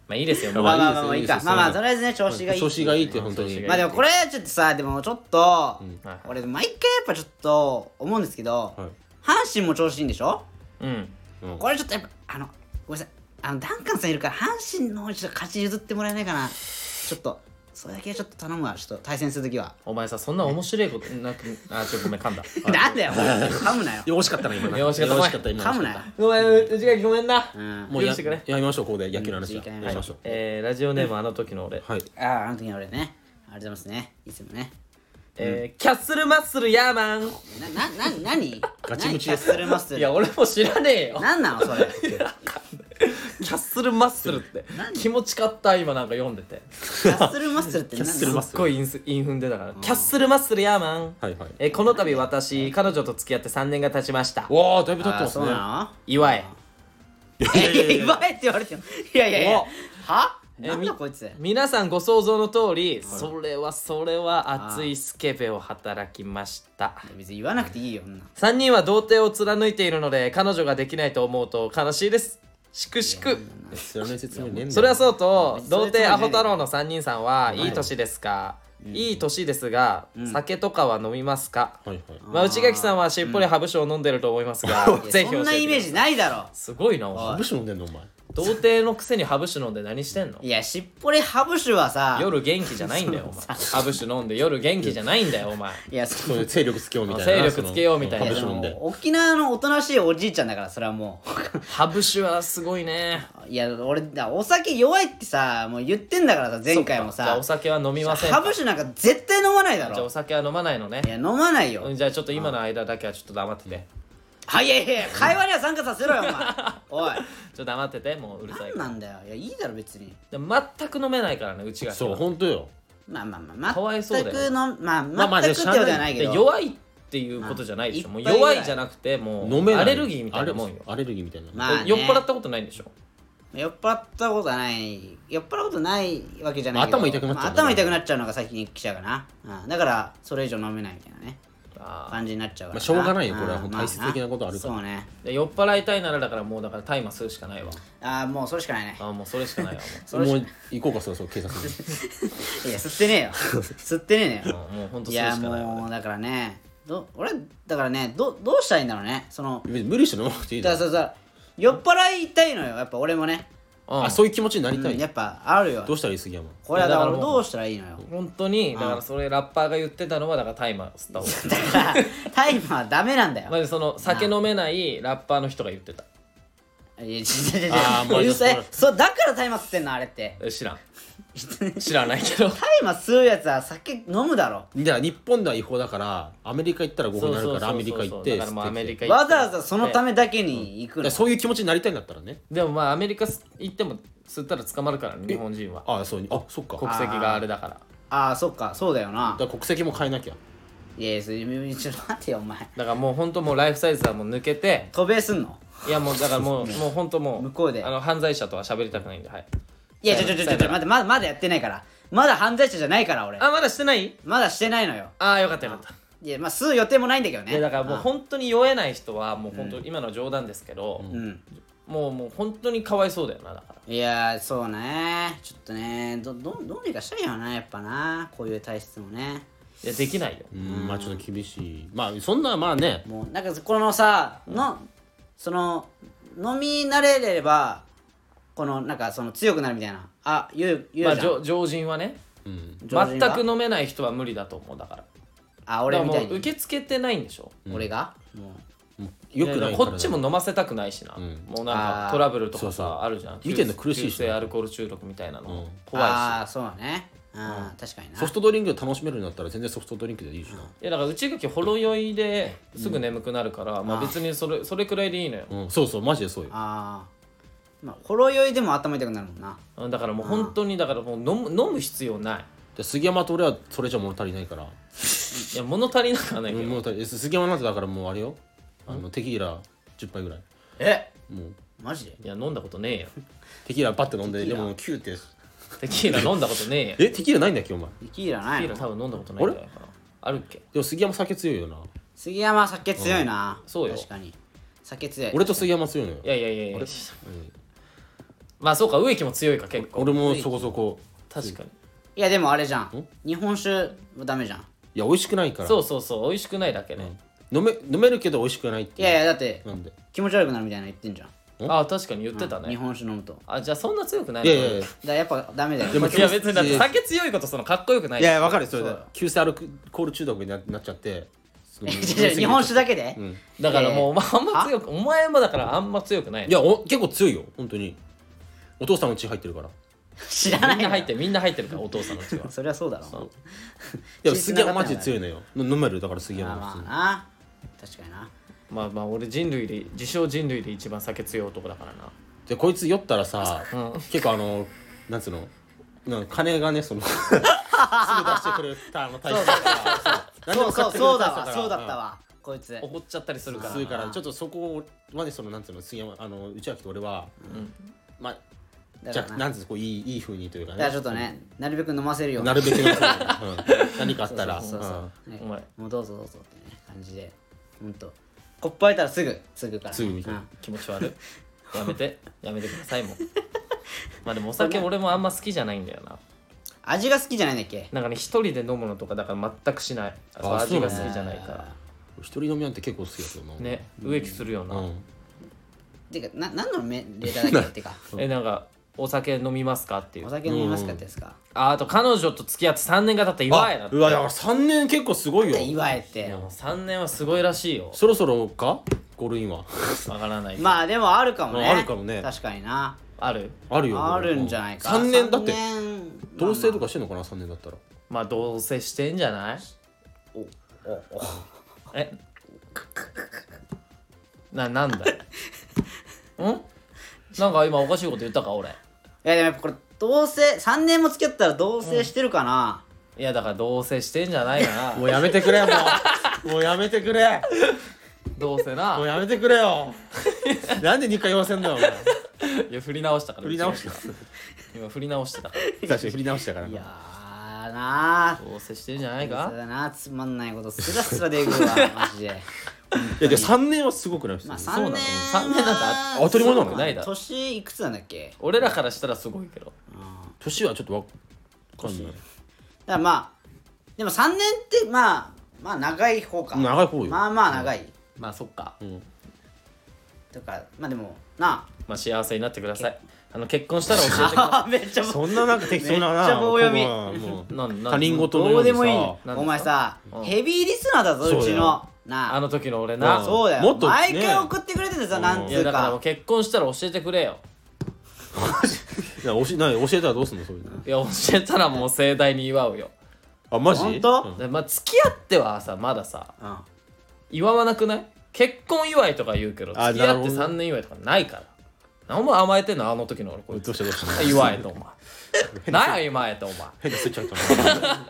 B: まあいいですよもう
A: まあまあ
C: いいです
A: まあまあいいかまあまあ
C: いいですそ
A: とり
C: れ
A: あえずね調子がいい
C: 調子がいいって本当
B: 調子
C: に
B: が
A: まあでもこれちょっとさでもちょっと
B: はい
A: 俺毎回やっぱちょっと思うんですけど
C: はい
A: 阪神も調子いいんでしょ
B: うん
C: うん
A: これちょっとやっぱあのごめんなさいあのダンカンさんいるから阪神の方にちょっと勝ち譲ってもらえないかなちょっとそれだけちょっと頼むわちょっと対戦するときは
B: お前さそんな面白いことなくあちょっとごめん噛んだ
A: なんだよ噛むな
C: *laughs*
A: よ
C: いや惜しかったな今な
B: 惜しかった
C: 惜しかった今
A: 噛むなよ
B: ごめん内垣ごめんな
A: うん
C: もうや
B: 許してくれ
C: やめましょうここで野球の
A: う
C: 話
A: ん
C: は
A: 時間
C: や
A: や
C: め
A: め
C: ま
A: ま
C: し
A: し
C: ょう
B: えーラジオネームあの時の俺、
C: はい
A: あああの時の俺ねありがとうございますねいつもね
B: えーキャッスルマッスルヤーマン
A: ななな何
C: ガチム
A: 何キャ
C: チで
A: ッ
C: す
A: スルマッス
B: いや
A: ル
B: 俺も知らねえよ
A: 何なのそれ
B: キャッスルマッスル *laughs* って気持ちかった今なんか読んでて
A: キャッスルマッスルって
C: キャッ
A: 何
C: スルマッ
B: すっごいインスインフンでだからキャッスルマッスルヤーマン、
C: はいはい
B: えーこの度私彼女と付き合って3年が経ちました
C: わあだいぶ経って
A: あー
C: ます
A: そう
C: ね
A: なの
B: 祝い
A: いやいやいやいやいやいやいやいやいやいやは
B: え
A: な
B: み
A: んだこいつ
B: 皆さんご想像の通り、それはそれは熱いスケベを働きました
A: 別に言わなくていいよそんな
B: 3人は童貞を貫いているので彼女ができないと思うと悲しいですしくしく
C: 知らない説明ねえんだよ
B: それはそうと
A: 別に
B: 童
A: それつまり
B: 貞
A: ね
B: アホ太郎の3人さんは
C: うん
B: いい年ですかいい年ですが、酒とかは飲みますか、
C: はいはい
B: まあ、内垣さんはしっぽりハブ酒を飲んでると思いますが、
A: *laughs* いや
B: ぜひ
A: そん
B: 教えてくだ
A: な
B: さい
A: イメージないだろ
B: すごいなお前
A: おい
C: 武士飲んでんのお前
B: 童貞のくせにハブ酒飲んで何してんの
A: いやしっぽりハブ酒はさ
B: 夜元気じゃないんだよ
A: *laughs*
B: お前ハブ酒飲んで夜元気じゃないんだよお前
A: いやそ
C: そうういう精力つけよう
B: *laughs*
C: みたいな
B: 精力つけようみたいな
A: や
C: 武
A: で
C: 士飲んで
A: も沖縄のおとなしいおじいちゃんだからそれはも
B: ハブ酒はすごいね
A: ういや俺だお酒弱いってさもう言ってんだからさ前回も
B: じゃあ
A: さ
B: お酒は飲みませんか
A: ハブ酒なんか絶対飲まないだ
B: じゃあお
A: ろ
B: 酒は飲まないのね
A: いや飲まないよ
B: うんじゃあちょっと今の間だけはちょっと黙ってて
A: はいいやいやいや会話には参加させろよお前
C: *laughs*
A: おい
B: ちょっと黙っててもううるさい
A: 何なんだよいやいいだろ別に
B: でも全く飲めないからねうちが
C: そう本当よ
A: まあまあまあ
B: かわいそう
A: 全
B: だよ
A: くのま
C: まあま
A: あ
C: あ
A: 全くってことはないけ
B: で
A: ど
B: 弱いっていうことじゃないでしょ
A: まあ
B: もう
A: 一杯ぐら
B: 弱
A: い
B: いじゃなくても
C: 飲
B: う
C: めない
B: アレルギーみたいなもんよ
C: アレルギーみたいな
A: まあね
B: 酔っ払ったことないんでしょ
A: 酔っ払ったことはない酔っ払うことないわけじゃないけど
C: 頭痛くなっちゃう
A: まあ頭痛くなっちゃうのが先に来ちゃうかな、うん、だからそれ以上飲めないみたいなね
B: あー
A: 感じになっちゃうから
C: まあしょうがないよ
A: うん
C: これは
A: まあ
C: 体質的なことあるから
A: そうね
B: で酔っ払いたいならだからもうだから大麻するしかないわ
A: ああもうそれしかないね
B: あーもうそれしかないわもう
A: それ
C: もう行こうかそろそろ
A: *laughs*
C: 警察に
A: いや吸って
C: *laughs*
A: ねえよ吸ってねえのよ
B: うんもうほんと
A: い
B: それし
A: や
B: かないわ
A: もうだからねど俺だからねどどうしたらいいんだろうねその
C: 別に無理して飲まなくていい
A: だ
C: だ
A: から
C: ろ
A: ささ酔っ払いたいのよやっぱ俺もね、
B: うん
C: あそういう気持ちになり
A: う
C: た
A: ん、や
C: い
A: っぱあるよ
C: どうしたらいい杉山
A: これはだから
B: いやだからもう
A: どうしたらいいのよ
B: 本当にだからそれラッパーが言ってたのはだからタイマー吸った方がい
A: だ
B: い
A: からタイマーダメなんだよ
B: まずその酒飲めないラッパーの人が言ってた
A: いや、ちょちょちょ
C: あーもう
A: うるさ
C: ち
A: い
C: ょっ。と
A: そう、だからタイマー吸ってんの、あれって。
B: え知らん知らないけど
A: タイマー吸うやつは酒飲むだろ。
C: じゃあ日本では違法だからアメリカ行ったら合法になるからアメリカ行って
B: だからもうアメリカ行って
A: わざわざそのためだけに行く
C: いや
A: の。
C: そういう気持ちになりたいんだったらね
B: でもまあアメリカ行っても吸ったら捕まるからね日本人は
C: ああそうあそっか
B: 国
C: だか
B: 籍があれだから
A: ああ、そっか、そうだよな。
C: ら国籍も変えなきゃ
A: いやいや、それ、ちょっと待ってよ、お前。
B: だからもう本当もうライフサイズはもう抜けて
A: 渡米すんの
B: いやもうだからもうもう本当もう
A: 向こうで
B: あの犯罪者とは喋りたくないんではい
A: いや、ちょちょちょちょ、待って、まだまだやってないから。まだ犯罪者じゃないから、俺。
B: あまだしてない
A: まだしてないのよ。
B: ああよかったよかった
A: いや、まあ、吸う予定もないんだけど
B: いや
A: ね。
B: だからもう本当に酔えない人はもう本当今の冗談ですけど、
A: うん。
B: もうもう本当にかわいそうだよなだから
A: いやー、そうね。ちょっとね、ど、ど、どうにかしたいよな、やっぱな。こういう体質もね。
B: いやできないよ
C: うんまあちょっと厳しいまあそんなまあね
A: もうなんかこのさのその飲み慣れればこのなんかその強くなるみたいなあ言う言う
B: まあ
A: じゃ
B: じ
A: ん、
B: ょ常人はね
C: うん
A: 常人
B: 全
A: が
B: く飲めない人は無理だと思うだから
A: あ俺みた
B: だ
A: い
B: からもう
A: に
B: 受け付けてないんでしょ
A: 俺がもう
C: もうよくない
B: や
C: い
B: こっちも飲ませたくないしな、もうなん
A: あー
B: かトラブルとか
C: そうそう
B: さあるじゃん
C: 見てんの苦しいし
B: 急性アルコール中毒みたいなの、
C: うん
B: 怖いし
A: ああそうだねうん、確かにな
C: ソフトドリンク楽しめるんだったら全然ソフトドリンクでいいしない
B: やだから内垣ほろ酔いですぐ眠くなるから、まあ別にそれそれくらいでいいのよ、
C: うんそうそうマジでそうよ
A: ああまあほろ酔いでも頭痛くなるもんな
B: うんだからもう本当にだからもう飲む飲む必要ない
C: で杉山と俺はそれじゃ物足りないから
B: いや物足りなくはないけど、
C: 物足りえ杉山なんてだからもうあれよあのテキーラ10杯ぐらい
B: え
C: もう
A: マジで
B: いや飲んだことねえよ
C: テキーラバッて飲んででもキューって
B: テキ
C: *laughs*
B: ーラ飲んだことねえよ
C: えテキーラないんだっけお前
A: テキーラな
B: テキ
A: い
B: ーラ
A: の
B: 多分飲んだことないんじゃないかなあるっけ
C: でも杉山酒強いよな
A: 杉山酒強いな、
B: そうよ
A: 確かに酒強い
C: 俺と杉山強いのよ
B: いやいやいやいやまあそうか植木も強いか結構
C: 俺もそこそこ
B: 確かに
A: いやでもあれじゃん日本酒もダメじゃん
C: いや美味しくないから
B: そうそうそう美味しくないだけね、
C: 飲め飲めるけど美味しくないって
A: い
C: いう
A: やいやだって
C: なんで
A: 気持ち悪くなるみたいなの言ってんじゃん
B: ああ確かに言ってたね、
A: 日本酒飲むとだか
B: あじゃあそんな強くない
C: い
B: の
C: やいやいや
A: らやっぱダメだよ
C: でも
B: いや別にだって酒強いことそのかっこよくない
C: いやいやわかるそれ
A: そうだ
C: 急性アルコール中毒にななっちゃってその
A: 違う違う日本酒だけで、
C: ん
B: だからもうお前あんま強くお前もだからあんま強くない
C: いやお結構強いよ本当にお父さんの血入ってるから
A: 知らな
B: み
A: い
B: んな入っ
A: な
B: てるみんな入ってるからお父さんの血は
A: そりゃそうだろう
C: いや
A: 血
C: 杉
A: 繋
C: 山
A: が
C: マ
A: ってん
C: ジ
A: だ
C: で強いのよ飲めるだから杉
A: まあ
C: 山
A: まあ
C: は普通に
A: な確かにな
B: まあまあ俺人類で自称人類で一番酒強い男だからな
C: でこいつ酔ったらさ、結構あのなんつうのなんか金がねそのすぐ出してくれたあのタイプだから何で
A: そ
C: も
A: う
C: 買
A: そ
C: っ
A: う
C: てくれる
A: そうだ
C: タイプ
A: わそうだったわ、こいつ
B: 怒っちゃったりするから
C: するからちょっとそこはねそのなんつうの杉山あの内脇と俺は、まあ
A: だ
C: じ
A: か
C: ゃ
A: ら
C: あ
A: な
C: なんつうのこういいいい風にというか
A: だ
C: ね
A: からちょっとねなるべく飲ませるように
C: なるべくのそ
A: *laughs*
C: ううん何かあったら
A: そうそう、はい
B: お前
A: もうどうぞどうぞってね感じでほんとコップ開いたらすぐすぐから
C: すぐみた
A: う
C: いなん
B: 気持ち悪 *laughs* いやめてやめてくださ *laughs* いもうまあでもお酒俺もあんま好きじゃないんだよな
A: 味が好きじゃないんだっけ
B: なんかね一人で飲むのとかだから全くしないあそう
C: あ
B: 味が
C: そ
B: 好
C: うなんだ
B: きじゃないから
C: うん一人飲みなんて結構好きだと思う
B: ね植木するよ
C: う
B: な、
C: ん
A: てかな何のメレターだっけってか
B: えなんかお酒飲みますかっていう
A: お酒飲みますかってですか
B: ああと彼女と付き合って3年が経った
C: あ
B: 岩井だって
C: うわだから3年結構すごいよ
A: で祝えって
B: 3年はすごいらしいよ
C: そろそろかゴールインは
B: わからない
A: まあでもあるかもね
C: あるかもね
A: 確かにな
B: ある
C: あるよ
A: あるんじゃないか
C: 3年だって
A: 三年
C: 同棲とかしてんのかな3年だったら
B: まあどうせしてんじゃないえななんだ
C: *laughs*
B: よんなんか今おかしいこと言ったか俺
A: いやでもやっぱこれ同棲3年も付き合ったら同棲してるかな、
B: いやだからどうせしてんじゃないかな
C: もうやめてくれよもうもうやめてくれ
B: どうせ
C: もう
B: な
C: やめてくれよなんで2回言わせんだよお前
B: いや振り直したから
C: 振り直した
B: うちら今振り直してたか
C: 確かに振り直したから
A: いや
C: な
A: ーなあ
B: らどうせしてんじゃない
A: そう
B: か
A: だなつまんないことすらすらでいく
C: *laughs*
A: わマジで
C: いやでも3年はすごくないです
A: まあ
B: うな
A: 3
B: の
A: 年
B: 三年なん
C: て当たり前なの
A: そう
B: ないだろ
A: 年いくつなんだっけ
B: 俺らからしたらすごいけど
C: 年はちょっとわかんない
A: だからまあでも3年ってまあまあ長い方か
C: 長い方よ
A: まあまあ長い
B: まあそっか
C: うん
A: とかまあでもな
B: まあ幸せになってくださいあの結婚したら
C: *laughs*
B: 教えてください
A: あ *laughs* めっちゃ
C: そんななんか適当だな
A: めっちゃ棒読み
C: ここはもう
B: なんなん
C: 他人事の
A: ど
C: よ
A: う
C: うに
A: で
C: さ
A: もいい
B: か
A: お前さ
B: うん
A: ヘビーリスナーだぞ
C: そうだよ
A: うちのな
B: あの時の俺な
C: うん
A: そうだよ
C: もっとね
A: 毎回送ってくれてるさ
C: うん
A: なん
B: い
A: つ
B: や
A: う
B: だからもう
A: か
B: 結婚したら教えてくれよ
C: いや教えな教えたらどうすんのそういうの
B: いや教えたらもう盛大に祝うよ
C: あマジ
A: ほんと
C: うん
B: でまあ付き合ってはさまださ
A: うん
B: 祝わなくない結婚祝いとか言うけど
C: あ
B: 付き合
C: なる
B: っ
C: ほ
B: て
C: ど
B: 3年祝いとかないからなお前甘えてんのあの時の俺こいつ
C: どうしたどうした
B: 祝えとお前何や祝えとお前
C: 変なスイッチ入ったな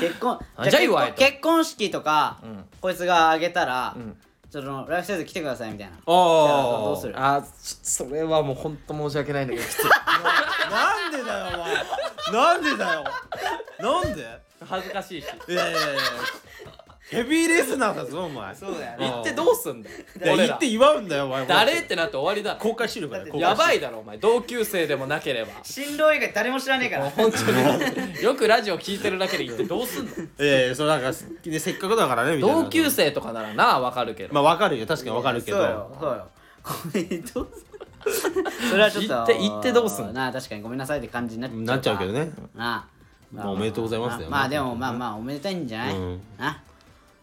A: 結婚
B: あじゃあ祝え
A: 結婚
B: と
A: 結婚式とか
B: ん
A: こいつがあげたら
B: ん
A: ちょっとライフサイズ来てくださいみたいな
C: あー
A: どうする
B: あそれはもう本当申し訳ないんだけどきつい
C: なんでだよお前なんでだよなんで
B: *laughs* 恥ずかしいし
C: いやいやいやいやヘビーレスナーだぞお前
A: そうだよね
B: 行ってどうすんだよ
C: いや
B: 俺
C: 言
B: ら
C: って祝うんだよお前
B: 誰ってなって終わりだろ
C: 公開してるからね公開
B: や
C: してる
B: ばいだろお前同級生でもなければ
A: 新郎以外誰も知ら *laughs* ねえから
B: 本当によくラジオ聞いてるだけで言ってどうすんの
C: ええそれなんかねせっかくだからねみたいな
B: 同級生とかならなわかるけど、
C: まあわかるよ確かにわかるけど
A: そうよそうよこれどうするそれはちょっと
B: 言って言ってどうすんの
A: なあ確かにごめんなさいって感じになっちゃう
C: なっちゃうけどね
A: なあ
C: まあおめでとうございますだよ
A: まあ
C: な
A: でもまあまあおめでたいんじゃない、
C: うん
A: な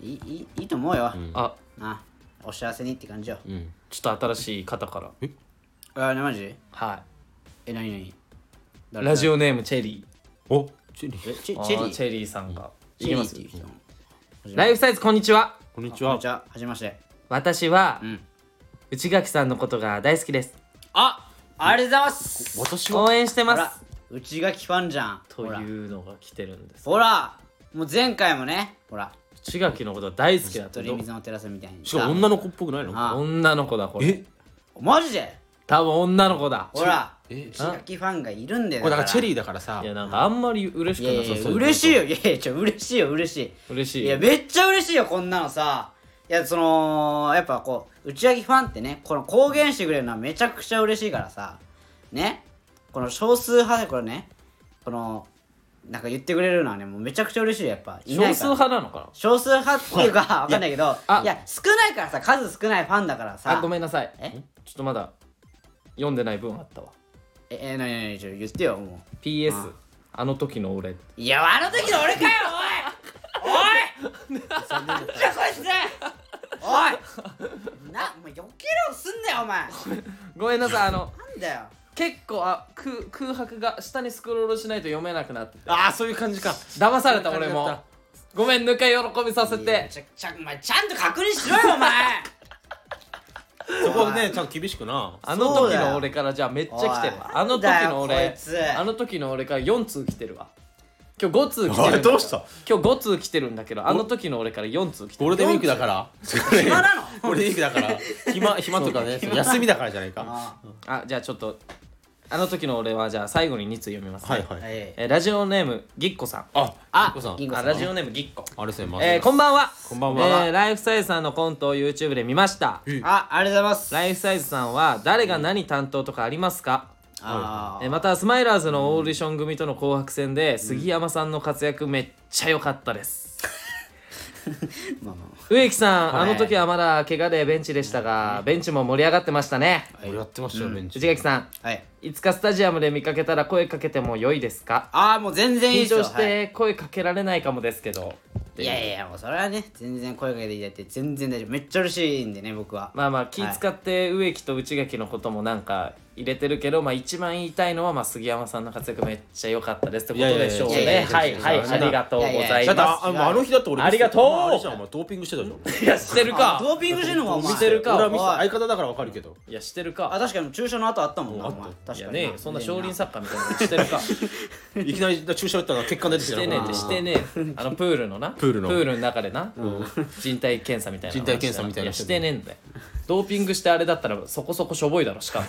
A: いいいいいと思うよ、
B: あ
A: なあお幸せにって感じよ、
C: うん
B: ちょっと新しい方から
A: ああマジ
B: は
A: えなになに
B: いラジオネームチェリ
C: おチェリー
A: えチ
B: ー
A: ェチェリ
B: あ
A: ー
B: チェリーさんが
A: チェリーっていう人
B: ライフサイズこんにちは
C: こんにち
A: こん
C: は
A: にちははじめまして
B: 私は、
A: うん
B: 内垣さんのことが大好きです
A: あありがとうございます
C: 私は
B: 応援して
A: ほ
B: ま
A: ら
B: す
A: 内垣ファンじゃん
B: と
A: ほら
B: いうのが来てるんです
A: ほらもう前回もねほら
B: 内垣のことが大好きだって
A: 鳥水のテラスみたいに
C: しかも女の子っぽくないの
A: あ
B: 女の子だこれ
C: え
A: マジで
B: 多分女の子だ
A: ほら
C: え
A: 内垣ファンがいるんだよ
C: これだからチェリーだからさ
B: いやなんかあんまり嬉し
A: い
B: く
A: やいや
B: ないさ
A: や
B: そう
A: 嬉しいよいやいやちょ嬉しいよ嬉し
B: 嬉
A: い
B: しい
A: いやめっちゃ嬉しいよこんなのさいやそのやっぱこう内垣ファンってねこの公言してくれるのはめちゃくちゃ嬉しいからさねこの少数派でこれねこのなんか言ってくれるのはねもうめちゃくちゃ嬉しいよやっぱいな
B: 少
A: い
B: 数
A: から
B: 派なのかな
A: 少数派っていうかわかんないけどい
B: あ
A: や少ないからさ数少ないファンだからさ
B: あごめんなさい
A: え
B: ちょっとまだ読んでない分あったわ
A: ええなになにちょ言ってよも
B: PS あの時の俺
A: ういやあの時の俺かよおいおいなんだこいつおいなもう余計なことすんなよお前
B: ごめんなさいあの
A: なんだよ
B: 結構あ空空白が下にスクロールしないと読めなくなって
C: ああそういう感じか
B: 騙された
C: そういう
B: 俺
C: 感じだった
B: もごめんぬか喜びさせ
A: いや
B: て
A: ちゃちゃお前ちゃんと確認しろ
B: *laughs*
A: よお前
C: そこねちゃんと厳しくな
B: あの時の俺からじゃあめっちゃ来てるわ
A: おい
B: あの時の
A: なんだよ
B: 俺
A: こいつ
B: あの時の俺から4通来てるわ今日5通来てるんだ
C: あ
B: け
C: れ
B: ど
C: どうした
B: 今日5通来てるんだけどあの時の俺から4通来て
C: ゴー
B: る
C: ルデンウィークだから暇
A: なの
C: ゴールデンウィークだから暇暇とかね休みだからじゃないか
A: あ
B: あじゃあちょっとあの時の俺はじゃあ最後に2通読みますね、
C: はいはい。
A: え
B: えーラジオネームぎっこさん
C: あ、
A: あ
C: ゆうこさん、
A: 銀子
B: あラジオネームぎっこ
C: あれですね、まず
B: えーこんばんは
C: こんばんは
B: えーライフサイズさんのコントを YouTube で見まし
A: ああ
B: た
A: りがとうございます
B: ライフサイズさんは誰が何担当とかありますか、
A: あ
B: えーまたスマイラーズのオーディション組との紅白戦で杉山さんの活躍めっちゃ良かったです
A: ーまあま
B: 植木さん
A: はい
B: あの時はまだ怪我でベンチでしたがベンチも盛り上がってましたね
C: 俺やってましたよ、ベンチ。
B: 内垣さん
A: あはい
B: いつかスタジアムで見かけたら声かけても良いですか
A: ああもう全然いい
B: 緊
A: ですよ
B: 張し
A: はい
B: て声かけられないかもですけど、
A: いやいやいやもうそれはね全然声かけていただいて全然大丈夫めっちゃ嬉しいんでね僕は
B: まあまあ気使って植木と内垣のこともなんか入れてるけど、まあ一番言いたいのはまあ杉山さんの活躍めっちゃ良かったですってことでしょう
A: いやいやいやい
B: ね
A: や
B: はいい
A: や
B: はい
A: いやいや
B: ありがとうござ
A: い
B: い
A: やいや
B: ま
C: あ、あもうあの日だって俺見てた
B: ありがとう
C: あれじゃん、お前ドーピングしてたじゃん。
B: すいやしてる
A: あ
B: か
A: ドーピングしてんのかお前
B: 見てるか
C: 俺は見て
A: おい
C: 相方だからわかるけど。
B: いやしてる
A: あ
B: か
A: 確かに注射の後あったもんなお前
B: い
A: 確
B: や
A: か
B: ね
A: に
B: そんな少林サッカーみたいなことしてるかし
C: いきなり注射打ったら血管出てきた
B: て
C: よ
B: ねえってしてねえあのプールのな
C: プールの
B: 中でな人体検査みたいな
C: 人体検査みたいな
B: やしてねえんだよドーピングしてあれだったらそこそこしょぼいだろしかも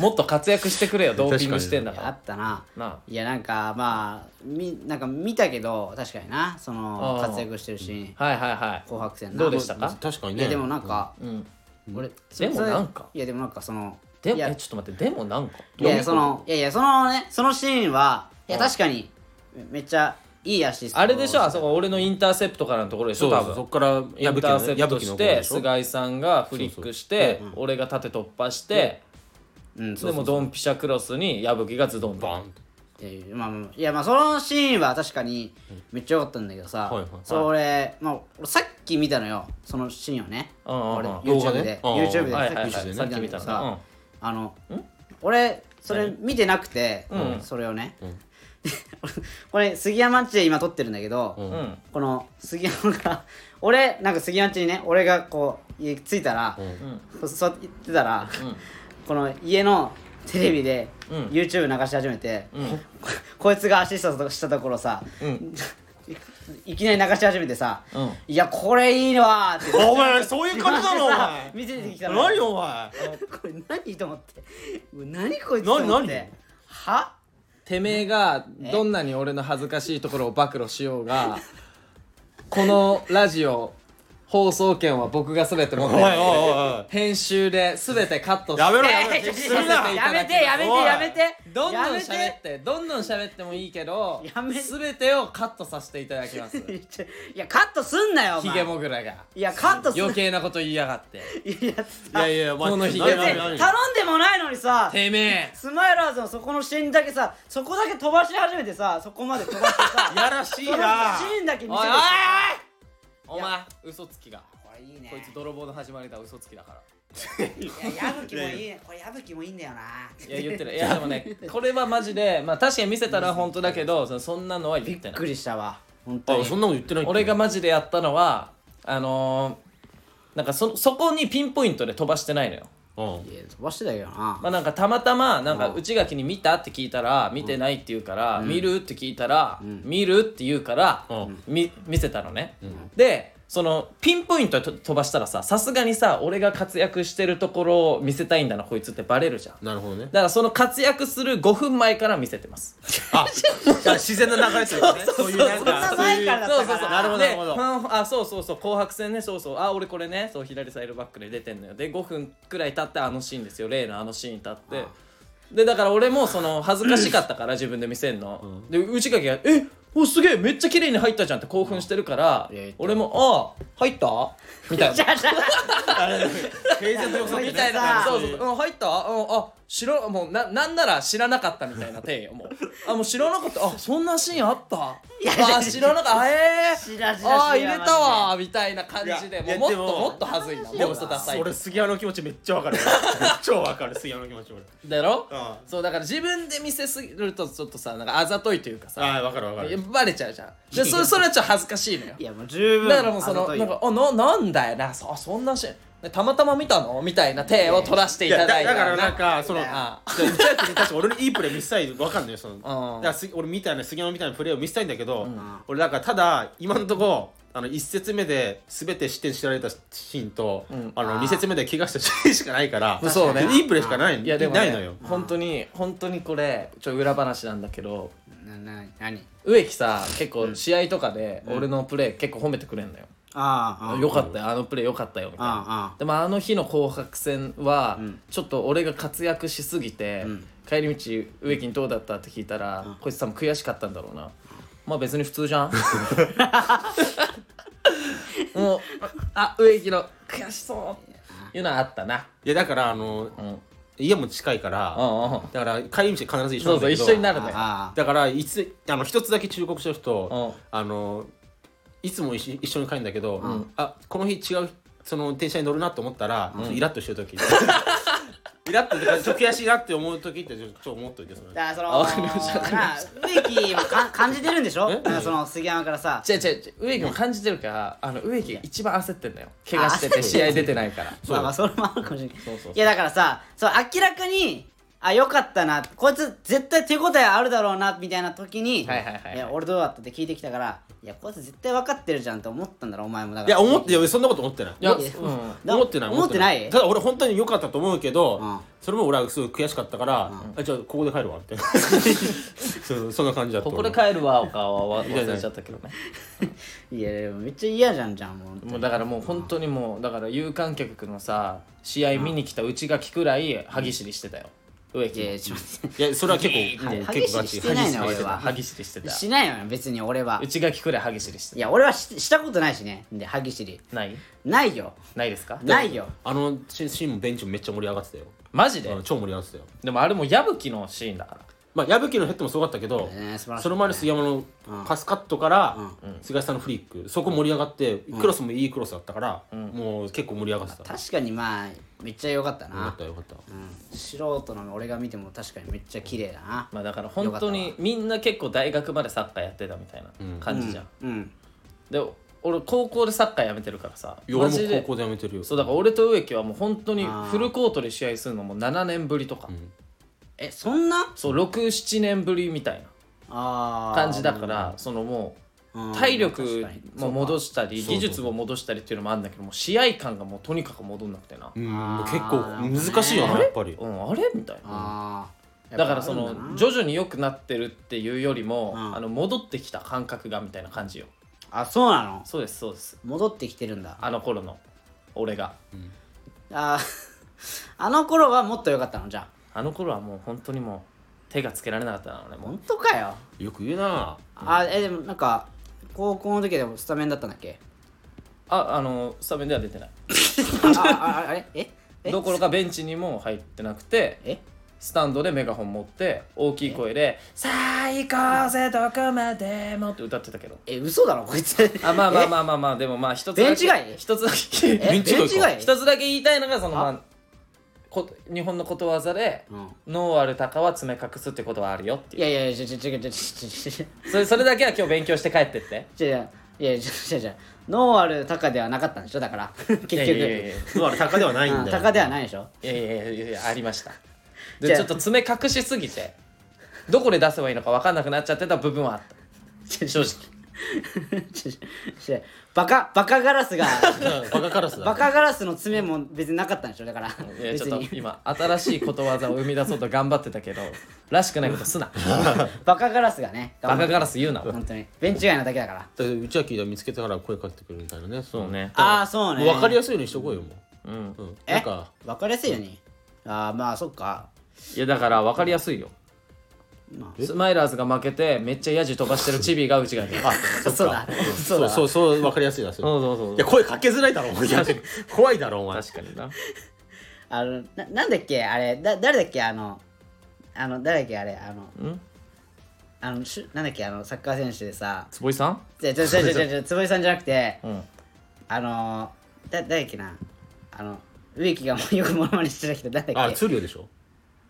B: もっと活躍してくれよドーピングしてんだ
A: い
B: か
A: やあ
B: ら
A: ったな
B: なあ
A: いやなんかまあみなんか見たけど確かになその
B: あー
A: 活躍してるシーン
B: はいはいはい
A: 紅白戦な
B: どうでしたか
C: 確かに
A: い
C: ね。
A: やでもなんか
B: うん
A: 俺
B: でもなんか
A: いやでもなんかその
B: でも
A: いや
B: えちょっと待ってでもなんか
A: いやいやそのいやいやそのねそのシーンはいや確かにめめっちゃいいアシスト
B: あれでしょあそこ俺のインターセプトからのところでしょ
C: そう
B: 多
C: そうそ
B: 分
C: っから矢
B: イン
C: 吹
B: ター
C: の
B: セ
C: ね
B: プ
C: 矢
B: ト
C: 吹
B: し
C: の頃
B: て
C: でしょ
B: 菅井さんがフリックして俺が縦突破して
A: うん
B: でもドンピシャクロスに矢吹がズドン
C: バ
B: バ
C: ー
B: ン
C: ンと
A: っていうまあまあいやまあそのシーンは確かにめっちゃ良かったんだけどさ、
C: はいはい
A: それ、まあ、俺さっき見たのよそのシーンをね、
B: うんうんうん
A: 俺
B: 動
C: 画
A: YouTube で
C: ねうんうん
A: YouTube で
B: はいはいはい
A: さっき
B: さっき
A: 見
B: 見
A: た
B: た
A: んだけど
B: の
A: さ、
B: うん
A: あの俺それ見てなくて、
B: ん
A: それをね、 *laughs* これ杉山っちで今撮ってるんだけど、
C: ん
B: うん
A: この杉山が *laughs* 俺なんか杉山っちにね俺がこう家着いたら、こう座ってたら、 *laughs* この家のテレビで YouTube 流し始めて、こ *laughs* こいつがアシストしたところさ、 *laughs* いいきなり流し始めてさ「
B: うん
A: いやこれいいわ」って
C: お前そうい
A: *laughs*
C: う感じだろお前
A: 見せてきたの
C: 何お前
A: *laughs* これ何と思ってうわ何こいつと思っ
C: 何何
A: ては
B: てめえがどんなに俺の恥ずかしいところを暴露しようが *laughs* このラジオ放送権は僕が全て持っ
C: おいおい
B: てる
C: おい
B: 編集で全てカットして
C: やめろ
A: や
C: やめ
A: めて
C: ろ適当にな
A: やめてやめてやめて
B: どんどん
A: やめ
B: 喋ってどんどん喋ってもいいけど
A: やめ
B: 全てをカットさせていただきます
A: ていやカットすん *laughs* なよお
B: ヒ
A: 前
B: ゲもぐらが
A: いやカットすんな
B: 余計なこと言いやが
A: *laughs*
B: って
A: いや
C: いやいやお前
B: この日
A: だって
C: 何
A: 頼
C: 何
A: ん
C: 何
A: でもないのにさ
B: てめえ
A: スマイラーズのそこのシーンだけさそこだけ飛ばし始めてさそこまで飛ばしてさ
C: やらしい
A: その
C: な
A: シーンだけ見
B: おい
A: せ
B: おい
A: て
B: おいお前嘘つきが
A: これいいね
B: こいつ泥棒の始まりだ嘘つき
A: *laughs*
B: だから
A: いや矢吹もいいねこれ矢吹もいいんだよない
B: や言ってるいやでもねこれはマジでまあ確かに見せたら本当だけどそそんなのは言って
A: びっ
B: ない
A: くりしたわ本当
C: あ
A: に
C: そんなこと言ってない
B: 俺がマジでやったのはあのーなんかそそこにピンポイントで飛ばしてないのよ
C: うん
A: いや飛ばしてたけどな
B: まあなんかたまたまなんか内垣に見たって聞いたら見てないって言うから、見るって聞いたら、見るって言うから、
C: うん
B: み見せたのね、でそのピンポイントでと飛ばしたらささすがにさ俺が活躍してるところを見せたいんだなこいつってバレるじゃんだ
C: なるほどね
B: からその活躍する5分前から見せてます
C: あ *laughs* じゃあ自然な流れというかねそういうなん
A: そんな
C: か
A: 前からだ
B: そ
A: っ
B: う
A: たから
B: そうそう
C: なるほど
B: で
C: なるほど
B: うんあそうそうそう紅白戦ねそうそうあ俺これねそう左サイドバックで出てんのよで5分くらい経ってあのシーンですよ例のあのシーン経ってでだから俺もその恥ずかしかったから
C: *laughs*
B: 自分で見せんの、で内垣が「えおすげえめっちゃ綺麗に入ったじゃん」って興奮してるから、
A: いや言って
B: 俺も「あ入った?」みたいな
C: 平然と予想
A: み
B: みたいな
A: そ
B: そうそううん入ったうんあ知らもうななんなら知らなかったみたいな手よもうあもう知らなかったあそんなシーンあったあ知らなかったあえー
A: 知ら知ら知ら
B: あー入れたわーみたいな感じで
C: いや
B: もう
C: いやで
B: もっとも
C: も
B: っと恥ずいなもっとダサい
C: 俺杉谷の気持ちめっちゃわかる超わかる杉谷の気持ち俺
B: だろ
C: うん
B: そうだから自分で見せすぎるとちょっとさなんかあざといというかさ
C: あわかるわかる
B: バレちゃうじゃんでそれそれはちょっと恥ずかしいのよ
A: *laughs* いやもう十分
B: だからもうそ
A: あ
B: の
A: ざとい
B: な
A: よ
B: んかあななんだよなそそんなシーンでたまたま見たのみたいな手を取らせていただい
C: やだ
B: た
C: からなんかその
B: あ
C: じゃあ内垣に確か俺のいいプレー見せたいわかんないよそのだ
B: ん
C: からす俺みたいな杉山みたいなプレーを見せたいんだけど俺だからただ今のとこあの1節目で全て失点してられたシーンと、
B: ん
C: あの
A: あー
C: 2節目で怪我したシーンしかないから
B: そうね
C: いいプレーしかない
B: いやでも、ね、
C: ないのよ
B: 本当に本当にこれちょっと裏話なんだけど
A: なな何
B: 植木さ結構試合とかで俺のプレー結構褒めてくれんのよ、
A: ああああ
B: よかったよあのプレーよかったよみたいな
A: ああ
B: でもあの日の紅白戦は、ちょっと俺が活躍しすぎて、帰り道植木にどうだったって聞いたら、こいつ多分悔しかったんだろうなまあ別に普通じゃんもうあ植木の悔しそういうのはあったない
C: やだからあの、
B: うんうん
C: 家も近いから、
B: うん
C: だから帰り道必ず一緒
B: そ
C: な
B: うんそう
C: だけど
B: 一緒になるね
A: ああ
C: だからいつあの一つだけ忠告してる人、
B: うん
C: あのいつも一緒一緒に帰るんだけど、あこの日違うその電車に乗るなと思ったら、イラッとしてる
A: *laughs*
C: 時イラッとちょっと悔しいなって思う時ってちょっと思っといてそれ
A: だからそ
B: あ
A: の
B: わかりましたわかりま
A: なあ植木もか感じてるんでしょ
C: え
A: だからその杉山からさ
B: 違う違う違う植木も感じてるからあの植木が一番焦ってんだよ怪我してて試合出てないから
A: まあまあそれもあるかもしれない
B: そうそうそう
A: いやだからさそう明らかにあよかったなこいつ絶対手応えあるだろうなみたいな時に「
B: はいはいはいはい
A: や俺どうだった?」って聞いてきたから「いやこいつ絶対分かってるじゃん」って思ったんだろお前もだから
C: いや思ってよそんなこと思ってない
B: いや、う
A: いや
B: ん、
A: だ
C: 思ってない
A: 思ってない
C: ただ俺本当に良かったと思うけど、
A: うん
C: それも俺はすごい悔しかったから、あじゃあここで帰るわっ
A: *laughs*
C: てそうそんな感じだった
B: ここで帰るわお顔は忘れちゃったけどね
A: いやでもめっちゃ嫌じゃんじゃんもう
B: もうだからもう本当にもうだから有観客のさ試合見に来たうちがきくらい歯ぎしりしてたよ
A: い
B: 植
A: や
B: 木
A: ちょっと待って
C: いやそれは結構、
A: はい
C: うん
A: 激
C: 結
A: し
C: 構
A: い
C: ガチ
A: してないのよ
C: 激し
A: 俺は
B: 歯ぎしりしてた
A: しないのよ別に俺は
B: うちがきくらい歯ぎしりして
A: いや俺はししたことないしねで歯ぎしり
B: たない
A: ないよ
B: ないですか
A: ないよ
C: あのシーンもベンチもめっちゃ盛り上がってたよ
B: マジで
C: うん超盛り上がってたよ
B: でもあれもう矢吹のシーンだから
C: まあ矢吹のヘッドもすごかったけど、
A: ね素晴らしい
C: その前の杉山のパスカットから、菅井さんのフリックそこ盛り上がって、クロスもいいクロスだったから、もう結構盛り上がってた、よ
A: 確かにまあめっちゃ良かった
C: かっ
A: な
C: たよかった、
A: うん素人の俺が見ても確かにめっちゃ綺麗だな
B: まあだから本当にみんな結構大学までサッカーやってたみたいな感じじゃん、
A: うん
B: で俺高校でサッカーやめてるからさ
C: いや俺も
B: マジ
C: 高校でやめてるよ
B: そうだから俺と植木はもう本当にフルコートで試合するのも7年ぶりとか、
A: えそんな
B: そう67年ぶりみたいな
A: あー
B: 感じだからそのも
A: うん
B: う体
A: 確
B: 力
A: かに
B: も戻したり
C: そうか
B: 技術を戻したりっていうのもあるんだけどもう試合感がもうとにかく戻んなくてな、
C: うん
A: あー
C: 結構難しいよなやっぱり
B: うん、あれみたいな
A: あー
B: だからそ
A: やっぱあるん
B: の
A: だな
B: 徐々に良くなってるっていうよりも、
A: ん
B: あの戻ってきた感覚がみたいな感じよ
A: あそうなの
B: そうですそうです
A: 戻ってきてるんだ
B: あの頃の俺が
A: あー *laughs* あの頃はもっと良かったのじゃあ
B: あの頃はもう本当にもう手がつけられなかったな俺もう
A: 本当かよ
C: よく言うな
A: あえでもなんか高校の時でもスタメンだったんだっけ
B: ああのスタメンでは出てない
A: ああああれええ
B: どころかベンチにも入ってなくて
A: え
B: スタンドでメガホン持って大きい声で「最高ぜどこまでも」って歌ってたけど
A: え嘘だろこいつ
B: あまあまあまあまあまあでもまあ一つだけ
A: ベンチ外
B: 一つだ
A: え
B: け
A: ベ
C: ベ
A: ン
C: ン
A: チ
C: チ
A: 外
C: 外
A: か
C: か
B: 一つだけ言いたいのがそのまあこ日本のことわざで
A: うん
B: 「ノーアルタカは爪隠す」ってことはあるよって
A: い
B: いう
A: やいやいやちょちょちょちょちょちょちょ
B: それそれだけは今日勉強して帰ってって
A: ちょいやいやちょちょちょノーアルタカではなかったんでしょだから結局
B: いやいやいやいや
C: ノアルタカではないん
A: うん
C: だよ
A: タカではないでしょ
B: いやいやいやいやありました
A: じゃ
B: で
A: あ
B: ちょっと爪隠しすぎてどこで出せばいいのか分かんなくなっちゃってた部分はあった正直
A: ちょちょちょバカバカガラスが
C: うんバカカラスだ
A: バカガラスの爪も別になかったんでしょだから
B: いや
A: 別
B: ちょっと
A: に
B: 今新しいことわざを生み出そうと頑張ってたけどらしくないことすな
A: バカガラスがね
B: バカ
A: ラ
B: ガラス言うな
A: ス本当にベンチ外なだけだから
C: だってうちは聞いたら見つけてから声かけてくるみたいなね
B: そうね
A: ああそうね
C: もう分かりやすいようにしとこうよもう
B: うん
C: うん
A: え
C: なんか
A: 分かりやすいよねああまあそっか
B: いやだから分かりやすいよ
A: ま
B: スマイラーズが負けてめっちゃヤジ飛ばしてるチビがうちがいるあ
A: あそうだそう
C: そう
A: だ
C: そうそう分かりやすいだそれ
B: そうそうそう
C: いや声かけづらいだろお前怖いだろお前
B: 確かにな
A: あのななんだっけあれだ誰だっけあのあの誰だっけあれあの
B: ん
A: あのしゅなんだっけあのサッカー選手でさ
B: 坪井さん
A: じゃじゃじゃじゃじゃ坪井さんじゃなくて
B: うん
A: あのだ誰だっけなあの植木がもうよくモノマネしてた人誰だ
C: あ
A: っけ
C: ツーリオでしょ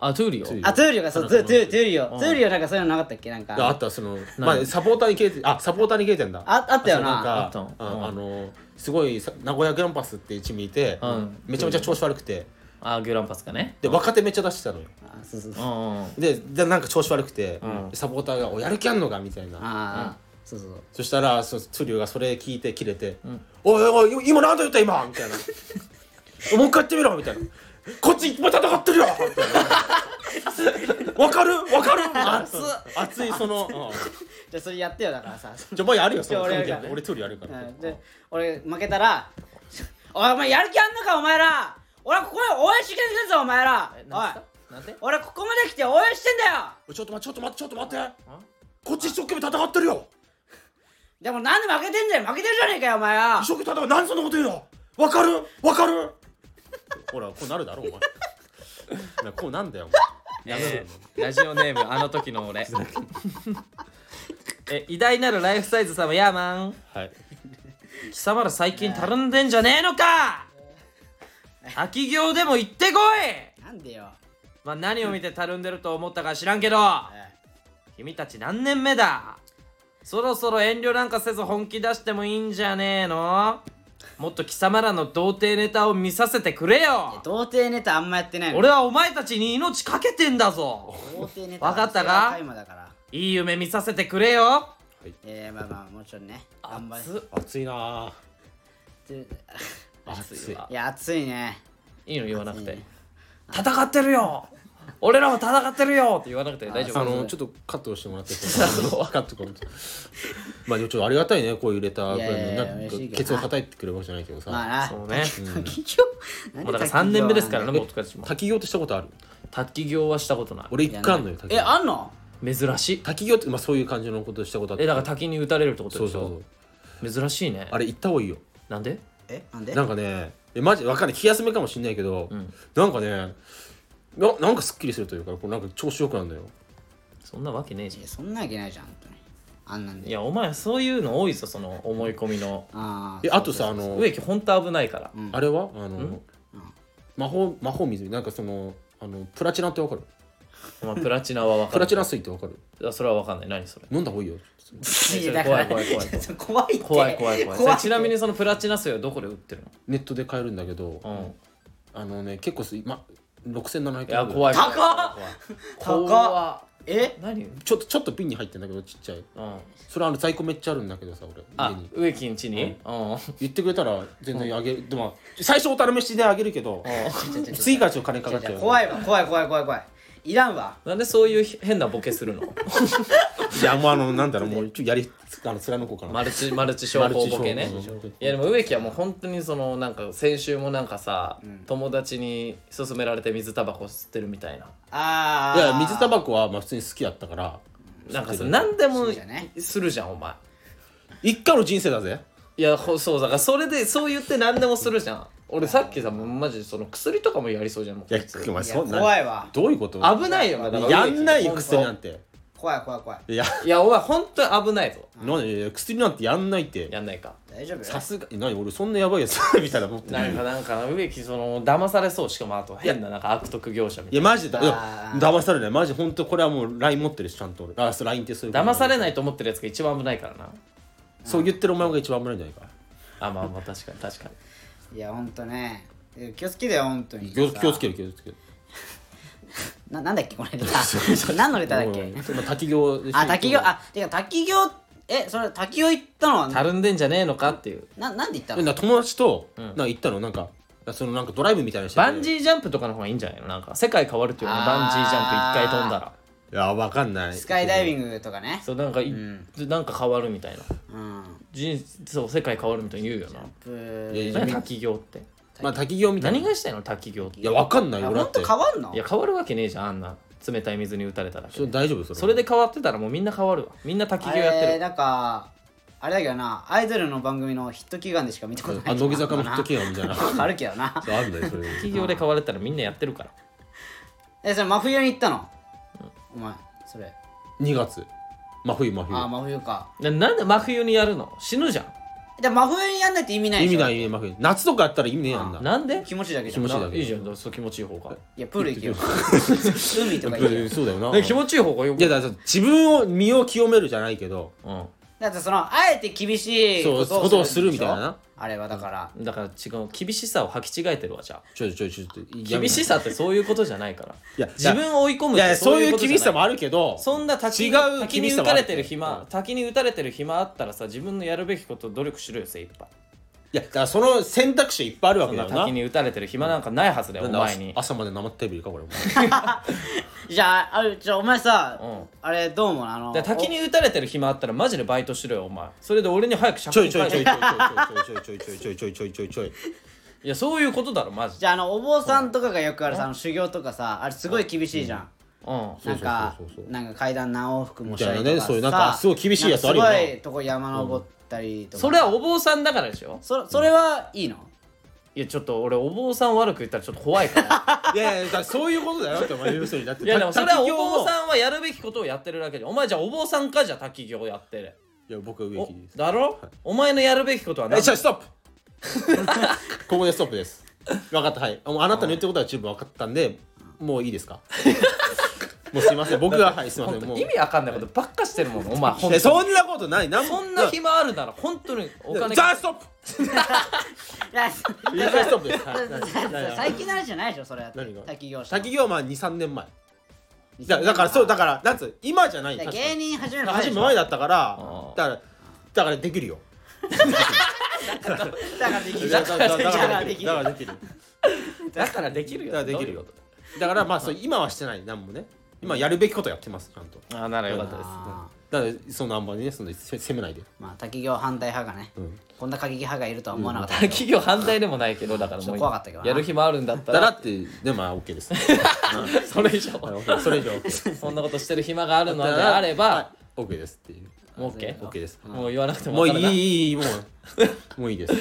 B: あトゥーリオ
C: トゥーリオ
A: あトゥーリオがそうトゥトゥトゥーリオ
B: うん
A: トゥーリオなんかそういうのなかったっけなん
C: ああ
A: か
C: ったそのまあサポーターに切れてあサポーターに切れてんだ
A: ああったよな
C: あ
B: あっ
C: そうなん
B: た
C: か
B: うん
C: ああのすごいさ名古屋グランパスっていうチームにいて
B: うん
C: めちゃめちゃ調子悪くて
B: あグランパスかね
C: で若手めっちゃ出してたのよ
A: あそうそう
B: う
A: そうん
B: うんうん
C: ででなんか調子悪くて
B: ん
C: サポーターが「おやる気あんのか?」みたいな
A: あそうそうそう
C: そしたらそツリュウがそれ聞いて切れて「おいおいおい今何と言った今」みたいな「もう一回やってみろ」みたいな「こっち今戦ってるよ」みたいな「わかるわかる」熱熱いその
A: じゃあそれやってよだからさ
C: うんじゃあ前あるよその
A: じゃあ俺やる
C: 関係
A: から
C: 俺ツリュウやるから
A: うんで俺負けたら「おいお前やる気あんのかお前ら俺はここで応援してくれるぞお前らおい
B: なんで
A: 俺ここまで来て応援してんだよ
C: おいちょっと待ってちょっと待ってちょっと待ってこっち一生懸命戦ってるよ
A: でもなんで負けてんだよ負けてるじゃねえかよお前は
C: 一生懸命戦う何そんなこと言うのわかるわかる *laughs* ほらこうなるだろ *laughs* お前なこうなんだよお前やめろ
B: えーラジオネームあの時の俺え偉大なるライフサイズ様ヤーマン
C: はい
B: 貴様ら最近たるんでんじゃねえのか秋行でも行ってこい
A: なんでよ
B: まあ何を見てたるんでると思ったか知らんけど
A: え
B: 君たち何年目だそろそろ遠慮なんかせず本気出してもいいんじゃねえのもっと貴様らの童貞ネタを見させてくれよ
A: 童貞ネタあんまやってないの
B: 俺はお前たちに命かけてんだぞ
A: 童貞ネタ
B: わかったか
A: タイムだから
B: いい夢見させてくれよ
A: えー、まあまあもちろんね頑張れ
B: 熱
C: 熱いな
A: って
C: 熱い
B: わ
A: いや暑いね
B: いいの言わなくて
A: 熱いね
B: 戦ってるよ俺らも戦ってるよって言わなくて大丈夫
C: あのちょっとカットしてもらっていいですか *laughs* カットこのまあでもちょっとありがたいねこういうレター
A: いやいやいや
C: なんか
A: 嬉しいけど
C: ケツを叩いてくれるわけじゃないけどさ、
A: まあな
B: そうね
A: 滝行
B: もうだから3年目ですからね
C: え
B: もう僕たちも
C: 滝行ってしたことある
B: 卓球業はしたことな
C: 俺一回あんのよ滝
A: え
C: 行
A: あんの
B: い珍しい
C: 滝行って、まあ、そういう感じのことしたことあって
B: えだから滝に打たれるってこと
C: そう
B: でし
C: そうそ
B: ょ
C: う
B: 珍しいね
C: あれ行った方がいいよ
B: なんで
A: えなんで
C: なんかねえマジわかんない気休めかもしんないけど、なんかねななんかすっきりするというかこうなんか調子よくなるんだよ
B: そんなわけねえじゃん
A: いやそんなわけないじゃん本当にあんなんで
B: いやお前そういうの多いぞその思い込みの
A: あ
C: え
A: あ
C: あとさあの
B: 植木ほんと危ないから、
C: あれはあの魔法魔法水なんかそのあのプラチナってわかる
B: お前プラチナは分
C: プ
B: か
C: ラ
B: る
C: チナ水ってわかる
B: いやそれは分かんない何それ
C: 飲んだ方がいいよ
A: いや
B: それ
A: だから
B: 怖い怖い怖い
A: 怖いって
B: 怖い怖い怖いそれちなみにそのプラチナ水はどこで売ってる
C: ネットで買えるんだけど、
B: のうん
C: あのね結構す、ま、6700円
B: いや怖い
A: 高っ
B: 怖い
A: 高
B: 怖
A: え
B: い何うん
C: ちょっとちょっと瓶に入ってんだけどちっちゃいそれあの在庫めっちゃあるんだけどさ俺家
B: あ
C: に
B: 植木んちにうんうん
C: 言ってくれたら全然あげる、でも最初おたるめしであげるけど *laughs* 次からちょっと金かかっちゃう
A: 怖
C: い
A: いわ怖い怖い怖い怖いいらんわ
B: なんでそういう変なボケするの *laughs*
C: いやもうあのなんだろうもうちょっとやりあの貫こうかな、
B: マルチマルチ商法ボケね
C: マルチ商法
B: いやでも植木はもう本当にそのなんか先週もなんかさ、友達に勧められて水タバコ吸ってるみたいな
A: あ
C: い
A: あ
C: や水タバコはまあ普通に好きだったから
B: なんかその何でも
A: そうじゃね
B: するじゃんお前
C: 一回の人生だぜ
B: いやほそうだからそれでそう言って何でもするじゃん俺さっきさもうマジでその薬とかもやりそうじゃんもう
C: いや
B: 普通
C: お前
A: い
C: そ
A: や
C: んな
A: 怖いわ
C: どういうこと
B: 危ないよだから
C: やんないよ
B: 本当
C: 薬なんて
A: 怖い怖い怖い
C: いや
B: いやお前本当に危ないぞ
C: なんでいや薬なんてやんないって
B: やんないか
A: 大丈夫
C: さすがに何俺そんなやばいやつみたいな思ってな
B: ないんかなんか植木その騙されそうしかもあと変ななんか悪徳業者み
C: い
B: たい
C: やマジでだい
A: あー
C: や騙されないマジ本当これはもう LINE 持ってるしちゃんと俺あそう LINE ってそういうこと
B: な騙されないと思ってるやつが一番危ないからな
C: そう言ってるお前が一番危ないんじゃないか
B: あまあまあ確かに *laughs* 確かに
A: いやほんとねえ気をつけてよほんとに
C: 気を気をつける気をつける
A: ななんだっけこのネタ何のネタだっけ
C: まあ滝行でしょ
A: あ滝行あてか滝行えそれ滝行行ったのは
B: たるんでんじゃねえのかっていう
A: ななんで行った
C: で
A: の
C: な友達となんか行ったのなんかそのなんかドライブみたいなのしてて
B: バンジージャンプとかの方がいいんじゃないのなんか世界変わるっていうねバンジージャンプ一回飛んだら
C: いやわかんない
A: スカイダイビ
C: ン
A: ングとかね
B: そうなんかい、なんか変わるみたいな
A: うん
B: 人そう世界変わるみたいに言うよな
A: ブー
C: グ
B: 何滝行って
C: まあ滝行みたいな
B: 何
C: い
B: がしたいの滝行ってい
C: やわかんない
A: あ
C: よ
A: ほ
C: だ
A: ん
C: って
A: と変わんの
B: や変わるわけねえじゃんあんな冷たい水に打たれただけ
C: それ
B: で
C: 大丈夫それ
B: それで変わってたらもうみんな変わるわみんな滝
A: あ
B: 行やって
A: れ
B: る
A: なんかあれだけどなアイドルの番組のヒット祈願でしか見たことない
C: あ乃木
A: *laughs*
C: 坂のヒット
A: 願
C: 祈願みたいな
A: あるけどな
C: そうあるんだよそれ
B: 滝行で変われたらみんなやってるから
A: えそれ真冬に行ったの、お前それ
C: 2月真冬真冬
A: ああ真冬か
B: ななんで真冬にやるの死ぬじゃ
A: で真冬にやんないって意味ない
C: 意
A: でし
C: 味
A: ょ
C: ないね真冬夏とかやったら意味ねえやん
B: ん
C: だ
B: なんで
A: 気持ちだけじゃ
C: 気
A: ん
C: 持ちいいだけ
B: いいじゃんそう気持ちいい方が
A: いやプール行けよ *laughs* 海とか行けよ
C: そうだよな
B: え気持ちいい方がよく
C: いやだからさ自分を身を清めるじゃないけど
B: うん
A: だってそのあえて厳しいこ
C: そうこと
A: と
C: を
A: を
C: す
A: す
C: る
A: るみ
C: みた
A: た
C: い
A: い
C: な
A: なあれはだから
B: だから違う厳しさを履き違えてるわじゃあ
C: ちょちょちょちょ
B: 厳しさってそういうことじゃないから
C: いや
B: 自分を追い込む
C: いやいやそういう厳しさも
B: ある
C: あるけど
B: そんな滝
C: 違
B: に
C: う
B: 滝
C: 厳
B: に
C: しさ
B: 打
C: もあ
B: た
C: る
B: れてる暇、滝に打たれてる暇あったらさ自分のやるべきこと努力しろよ精一杯
C: いやだからその選択肢いっぱいあるわ
B: そ
C: け
B: ん
C: だ
B: な
C: よな
B: 滝に打たれてる暇なんかないはずだよお
C: なんだ
B: 前に
C: 朝朝まで生テレビかこれお前
A: じゃああれじゃあお前さ、
B: うん
A: あれどう思うのあの
B: だから滝に打たれてる暇あったらマジでバイトしろよお前それで俺に早く借
C: ちょい
B: 金
C: ちょいちょ
B: 返
C: い
B: せ
C: ちょいちょいちょいちょいちょいちょいちょいちょいちょいちょい
B: いやそういうことだろマジ
A: じ
B: で
A: ゃああのお坊さんとかがよくあるさあの修行とかさあれすごい厳しいじゃん、
B: うん
A: なんか
C: そうそうそうそう
A: なんか階段何往復もしたりとか
C: みたいなねそういうなんか
A: さ
C: すごい厳しいやつあるよな
A: なんかすごいとこ山登ったりとか、
B: それはお坊さんだからでしょ
A: そそれはいいの
B: いやちょっと俺お坊さん悪く言ったらちょっと怖いから
C: *laughs* いやいやだからそういうことだよってお前要するにだって
B: いやでもそれはお坊
C: ん
B: さんはやるべきことをやってるだけでお前じゃあお坊さんかじゃあ滝行やってる
C: いや僕は植
B: お
C: 木です
B: だろお前のやるべきことは
C: え
B: 何 *laughs*
C: じゃあストップここでストップ *laughs* です分かったはいもうあなたの言ってることは十分分かったんでもういいですか *laughs* もうすいません僕ははいすいませ
B: 本
C: ん
B: 当
C: もう
B: に意味わかんないことばっかしてるもんお前ほん
C: え
B: と
C: そんなことないなん
B: そんな暇あるなら本当にお金
C: じゃあストップ
A: いや
C: いやストップです
A: 最近の話じゃないでしょそれは
C: 何が
A: 滝行したの
C: 滝行はまあ23年前だだからそうだからなんつう今じゃない
A: だ
C: 確
A: か
C: から
A: 芸人始める前
C: に
A: で
C: 初
A: し
C: め
A: ょ
C: 前だったか
B: あ
C: ら
B: ー
C: だからだからできるよ
A: だからできる
C: だからだ
A: だ
C: か
A: から
C: ら
A: で
C: で
A: き
C: き
A: る
C: るだからできる
B: だからできるよ
C: だからでき
B: どうい
C: るよ
B: うこ
C: だからまあそう今はしてないなんもね今やるべきことやってますちゃんと
B: とあならよかったです
A: あ
C: だからそのあんまりねそのせ責めないで
A: ーまあ滝行反対派がね、
C: うん
A: こんな過激派がいるとは思わなかったけど、
B: 企業反対でもないけどだから
A: ちょ
B: も
A: っ
B: う
A: と怖かったけどな
B: やる暇あるんだった
C: だら
B: ら
C: ってでもまあ OK です
B: それ以上
C: それ以上 OK
B: そんなことしてる暇があるのであれば
C: はい OK ですっていう
B: もう OK,
C: OK です
B: もう言わなくても
C: もう
B: 分
C: い
B: かる
C: い
B: ない
C: いいいもうもういいです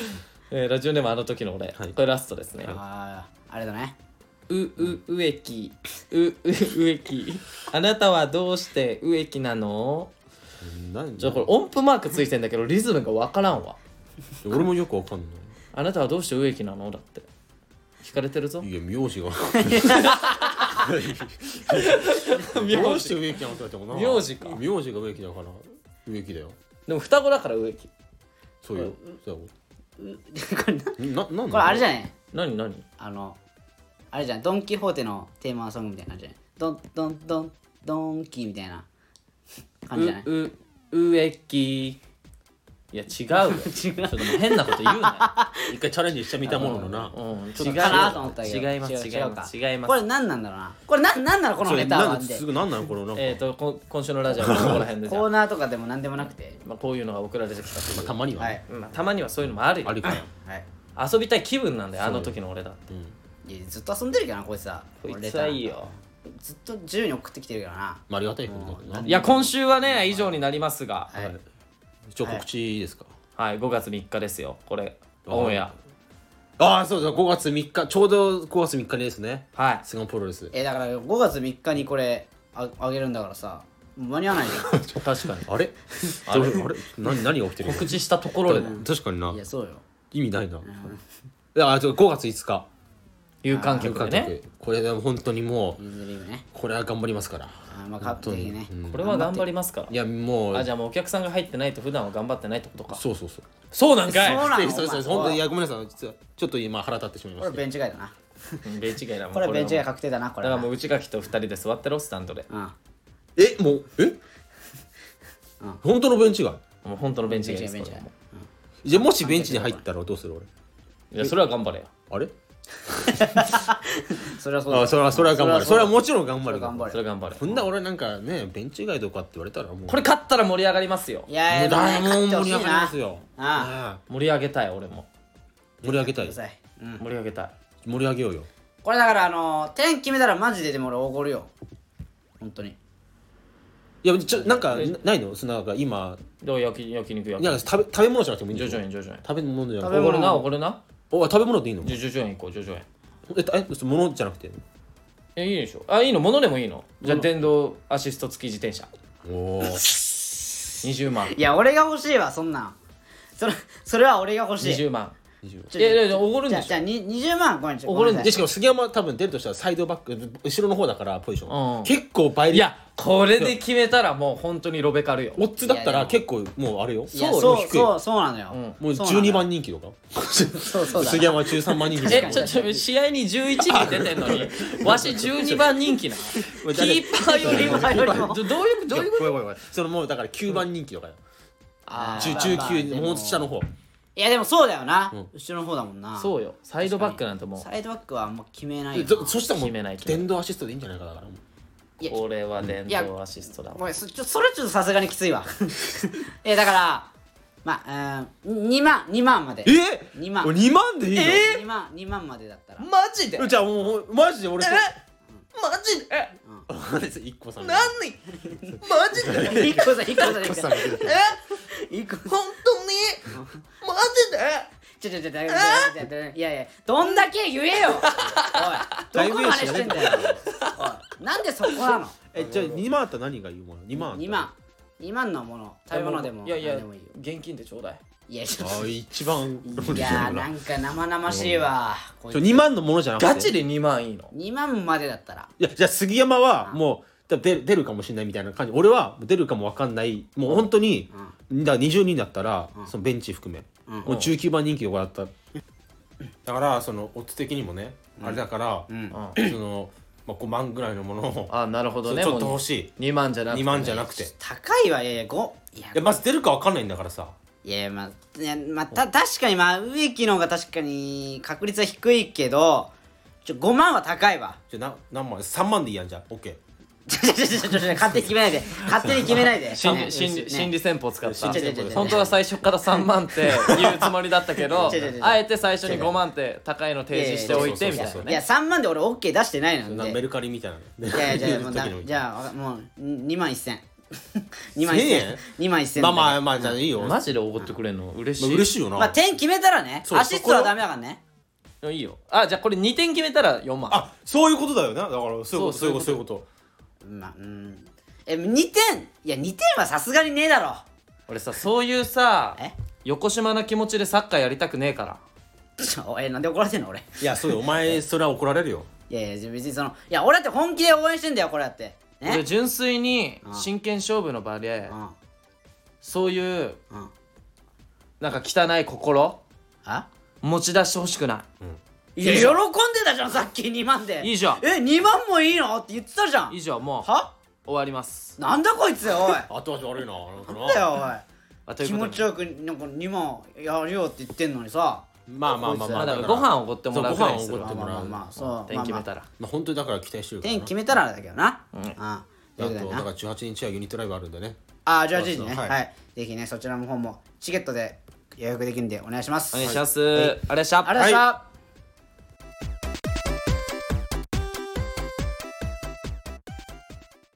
B: えーラジオネームあの時の俺、
C: はい
B: これラストですね、
A: あーあれだね
B: うう植木うう植木あなたはどうして植木なの
C: なん
B: じゃあこれ音符マークついてんだけどリズムがわからんわ
C: 俺もよくわかんな
B: あなたはどうして植木なのだって聞かれてるぞ
C: いいや名字が
B: *laughs*
C: どうして植木なのって言われてもな
B: 名字か
C: 名字が植木だから植木だよ
B: でも双子だから植木
C: そうよそうよ
A: これなこ
C: ななん
A: れあれじゃ
C: ん
A: ない
B: 何何
A: あのあれじゃんドン・キホーテのテーマソングみたいな感じじゃないドンドンドンドンキみたいな感じじゃないう
B: う植木いや違うよちょっともう変なこと言うな
C: 一回チャレンジしてみたもののな
B: よ、うん、違
A: ちょっ
B: う
A: とかなと思ったけど
B: 違います違います
A: 違
B: 違いうま
A: か
B: す
A: これ何なんだろうなこれ何なんだろうこの
C: それ
A: ネタ
C: な
A: は
C: ん
A: で
C: すぐなんなのこのなんか、
B: えっ、ー、とこ今週のラジオはここら辺でじゃ
A: コー
B: あ、
A: ナーとかでも何でもなくて
B: まあ、こういうのが送られてきた
C: まあ、たまには、
A: は
C: ね
A: い
B: うんまあたまにはそういうのもあるよ
C: あるから、
A: はい
B: 遊びたい気分なんだよあの時の俺だって
C: うん、
A: いやずっと遊んでるけどなこいつは
B: こいつはいいよ
A: ずっと自由に送ってきてるけどな
C: まあありがたいことだけどない
B: や今週はね以上になりますが
A: はい
C: はい一応告知いいですか、
B: はい5月3日ですよこれ
C: はい
B: オンエア
C: ああそうだ5月3日ちょうど5月3日にですね
B: はい
C: スガンプロレス
A: えだから5月3日にこれああげるんだからさもう間に合わない
B: *laughs*
A: じゃ
B: *laughs* 確かに
C: あ *laughs* れあれあれ何何が起きてる
B: 告知したところで
C: 確かになん
A: いやそうよ
C: 意味ないな、あちょ5月5日
B: 有観客で
C: 有観
B: ね
C: 客これでも本当にもう
A: ユーズリーグね
C: これは頑張りますから
A: あーまあカップ的にね
B: これは頑張りますから
C: いやもう
B: あじゃあもうお客さんが入ってないと普段は頑張ってないってことか
C: そうそうそう
B: そうなんかい
A: そうなの
C: そうそうそう
A: お前
C: 本当にいやごめんなさい実はちょっと今腹立ってしまいま
A: これ
C: した
A: ベンチ外だな
B: うんベンチ外だもん
A: これはベンチ外
B: だ
A: 確定だなこれ
B: から
A: は
B: もう内垣と二人で座ってろスタンドで
A: うん
C: えもうえ本当のベンチが
B: もう本当のベンチ外です
A: ベンチ
B: こ
A: 外
B: れはも
C: じゃあもしベンチに入ったらどうする俺
B: ういやそれは頑張れよ
C: あれ
A: それはそうだ
C: あそれはそれは頑張るそれは
A: も
C: もちろん頑張る
A: 頑張れ
B: それは頑張れ
C: そんな俺なんかねベンチ以外とかって言われたらもう
B: これ勝ったら盛り上がりますよ
A: いやいや
C: だいぶ
A: もうね
C: 盛り上がりますよ
A: あ
B: 盛り上げたい俺も
C: うん盛り上げたい
A: 勝ってほしいなうるさいうん
B: 盛り上げたい
C: 盛り上げようよ
A: これだからあのー点決めたらマジででも俺おごるよ本当に
C: いやちょなんかなないのそのなんか今
B: どう焼き焼肉焼き
C: なんか食べ食べ物じゃなくてもいいん
B: 徐
C: でしょ
B: 々に徐々に
C: 食べ物じゃな
A: 食べ
C: くて
A: 物
B: 怒るな怒るな
C: お食べ物でいいの
B: じゃあ徐々に行こう徐々に
C: ええ嘘物じゃなくて
B: えいいでしょあいいの物でもいいのじゃあ電動アシスト付き自転車
C: おお *laughs*
B: 20万
A: いや俺が欲しいわそんなんそれそれは俺が欲しい
B: 20万
C: 20
A: ちょ
B: いやいやいやおごるん
A: じゃ
B: で
A: あ
B: し
A: じゃあに20万ごめんちょ
B: おごるん
A: ごめ
C: で
A: な
C: し
A: さい
C: かも杉山多分出るとしたらサイドバック後ろの方だからポジション、
B: うん
C: 結構倍
B: ょいやこれで決めたらもう本当にロベカルよ
C: オッズだった
A: いや
C: ら
A: でも
C: 結構もうあれよ
A: いや
C: も
A: そう
C: 低い
A: そうそうなのよ
C: もう
A: そうなのよ
C: 12番人気とか
A: そうそうだ
C: 杉山は13番人気と
B: え
C: か
B: ちょちょ試合に11人出てんの
A: *laughs*
B: にわし12番人気なのキーパーより
A: キ
B: も
A: ーパーよりも
B: どどういうどういうこ
C: ごめんごめんごめんそのもうだから9番人気とかよ
A: あーま
C: 19
A: あまあで
C: もう下の方
A: いやでもそうだよな、
C: ん
A: 後ろの方だもんな
B: とそうよサイドバックなんてもう
A: サイドバックはあんま決めないよな
C: そそしたらも
B: 決めないう決めない
C: 電動アシストでいいんじゃないかだからもう
A: いや
B: これは電
A: いや
B: 動アシストだわ
A: ごめんそちょそれちょっとさすがにきついわ *laughs* いやだからまあ、うん、2万2万まで
C: え
A: 2万
C: 2万でいいの
A: え2万2万までだったら
B: マジで
C: じゃあもうマジで俺
B: マジで
C: *laughs* 一個さん
B: 何マジで
A: 一個さん一個さん一
C: 一
A: 個
C: 個
A: さ
C: さ
A: ん
C: ん
A: *laughs* 一個さん
B: 本当にマジで
A: ちょちょちょちょちょちょちょいやいやどんだけ言えよおいどこまでしてんだよおいなんでそこなの
C: えじゃあ2万あったら何がいいもの2万あったら
A: 2万2万のもの食べ物でも
B: いやいや
A: 何でもいいよ
B: 現金でちょうだい
A: いやちょっ
C: あ
A: と
C: ー一番
A: いやーなんか生々しいわこいつ
C: ちょ2万のものじゃなくて
B: ガチで2万いいの
A: 2万までだったら
C: いやじゃあ杉山はもう多分出る出るかもしれないみたいな感じ俺は出るかもわかんないもう本当に、だから20人だったら、そのベンチ含め、もう19番人気とかだった、だからそのオッズ的にもね、あれだから、その、まあ、5万ぐらいのものを *laughs*
B: あなるほどね
C: ちょっと欲し
B: 2万じゃなくて
C: 2万じゃなくて、
A: 高いわいやいや5いや
C: いやまず出るかわかんないんだからさ
A: いやまあいやまあた確かにまあ植木の方が確かに確率は低いけどちょ5万は高いわ
C: じゃあな何万3万でいいやんじゃあ OK
A: ちょちょちょちょちょ勝手に決めないで勝手に決めないで
B: *laughs* 心理
A: ね
B: 心
A: ね
B: 理心理戦法使っ
A: ちょ
B: た
A: ちょちょちょちょ
B: 本当は最初から3万って言うつもりだったけど
A: 違う違う違う
B: あえて最初に5万って高いの提示しておいてみたいない
A: や
B: ね
A: 3万で俺 OK 出してないの
C: な
A: で
C: メルカリみたいない
A: やい
C: *laughs*
A: やじゃあもうだじゃあわかもう2万1000 *laughs* 2万1000 2万1000
C: まあまあまあじゃあいいよ、ま
B: マジでおごってくれんの嬉し
C: あ
B: い
C: 嬉しいよな、
A: まあ点決めたらね
C: そう
A: アシストはダメだからね
B: いいよあじゃあこれ2点決めたら4万
C: あそういうことだよなだからそういうことそういうことそういうこと
A: まあうんえ2点いや2点はさすがにねえだろ *laughs*
B: 俺さそういうさ
A: え
B: 横島な気持ちでサッカーやりたくねえから
A: ちょおえなんで怒られてんの俺い
C: いやそうよお *laughs* 前それは怒られるよ
A: やいや別にそのいや俺だって本気で応援してんだよこれだって
B: 俺
A: ね
B: 純粋に真剣勝負の場で
A: うん
B: そういう
A: うん
B: なんか汚い心
A: あ
B: 持ち出してほしくない
A: いや喜んでたじゃんさっき2万で
B: いいじゃん
A: え2万もいいのって言ってたじゃん
B: 以上も
A: は
B: う終わります
A: なんだこいつおい
C: 後味悪いななんかな
A: だよおい
B: あという
A: 気
B: こと
A: 持
B: で
A: ちよくなんか2万やるよって言ってんのにさ
C: まあまあまあま
B: まあ
C: あ
B: だ
C: だ
B: か
C: からら
B: ご飯をおごってもらう
C: そうご
B: ら
C: 飯
B: い
C: を
B: にする
C: おご
B: わ
C: ってもらう
A: まあまあまあそう
B: 点決めた
A: まあま
B: ら
C: まあ本当にだから期待して
A: あ
C: るからな
A: 点決めたらだけどなうんあ
C: あと
A: だよ
C: だか
A: な
C: ら18日はユニットライブあるんでね
A: あーじゃあぜひね
C: そうそう
A: は、
C: はいい
A: ぜひねそちらの方もチケットで予約できるんでお願いします
B: お願いします
A: はい
B: ありがとうございました
A: ありがとうございました、
B: はい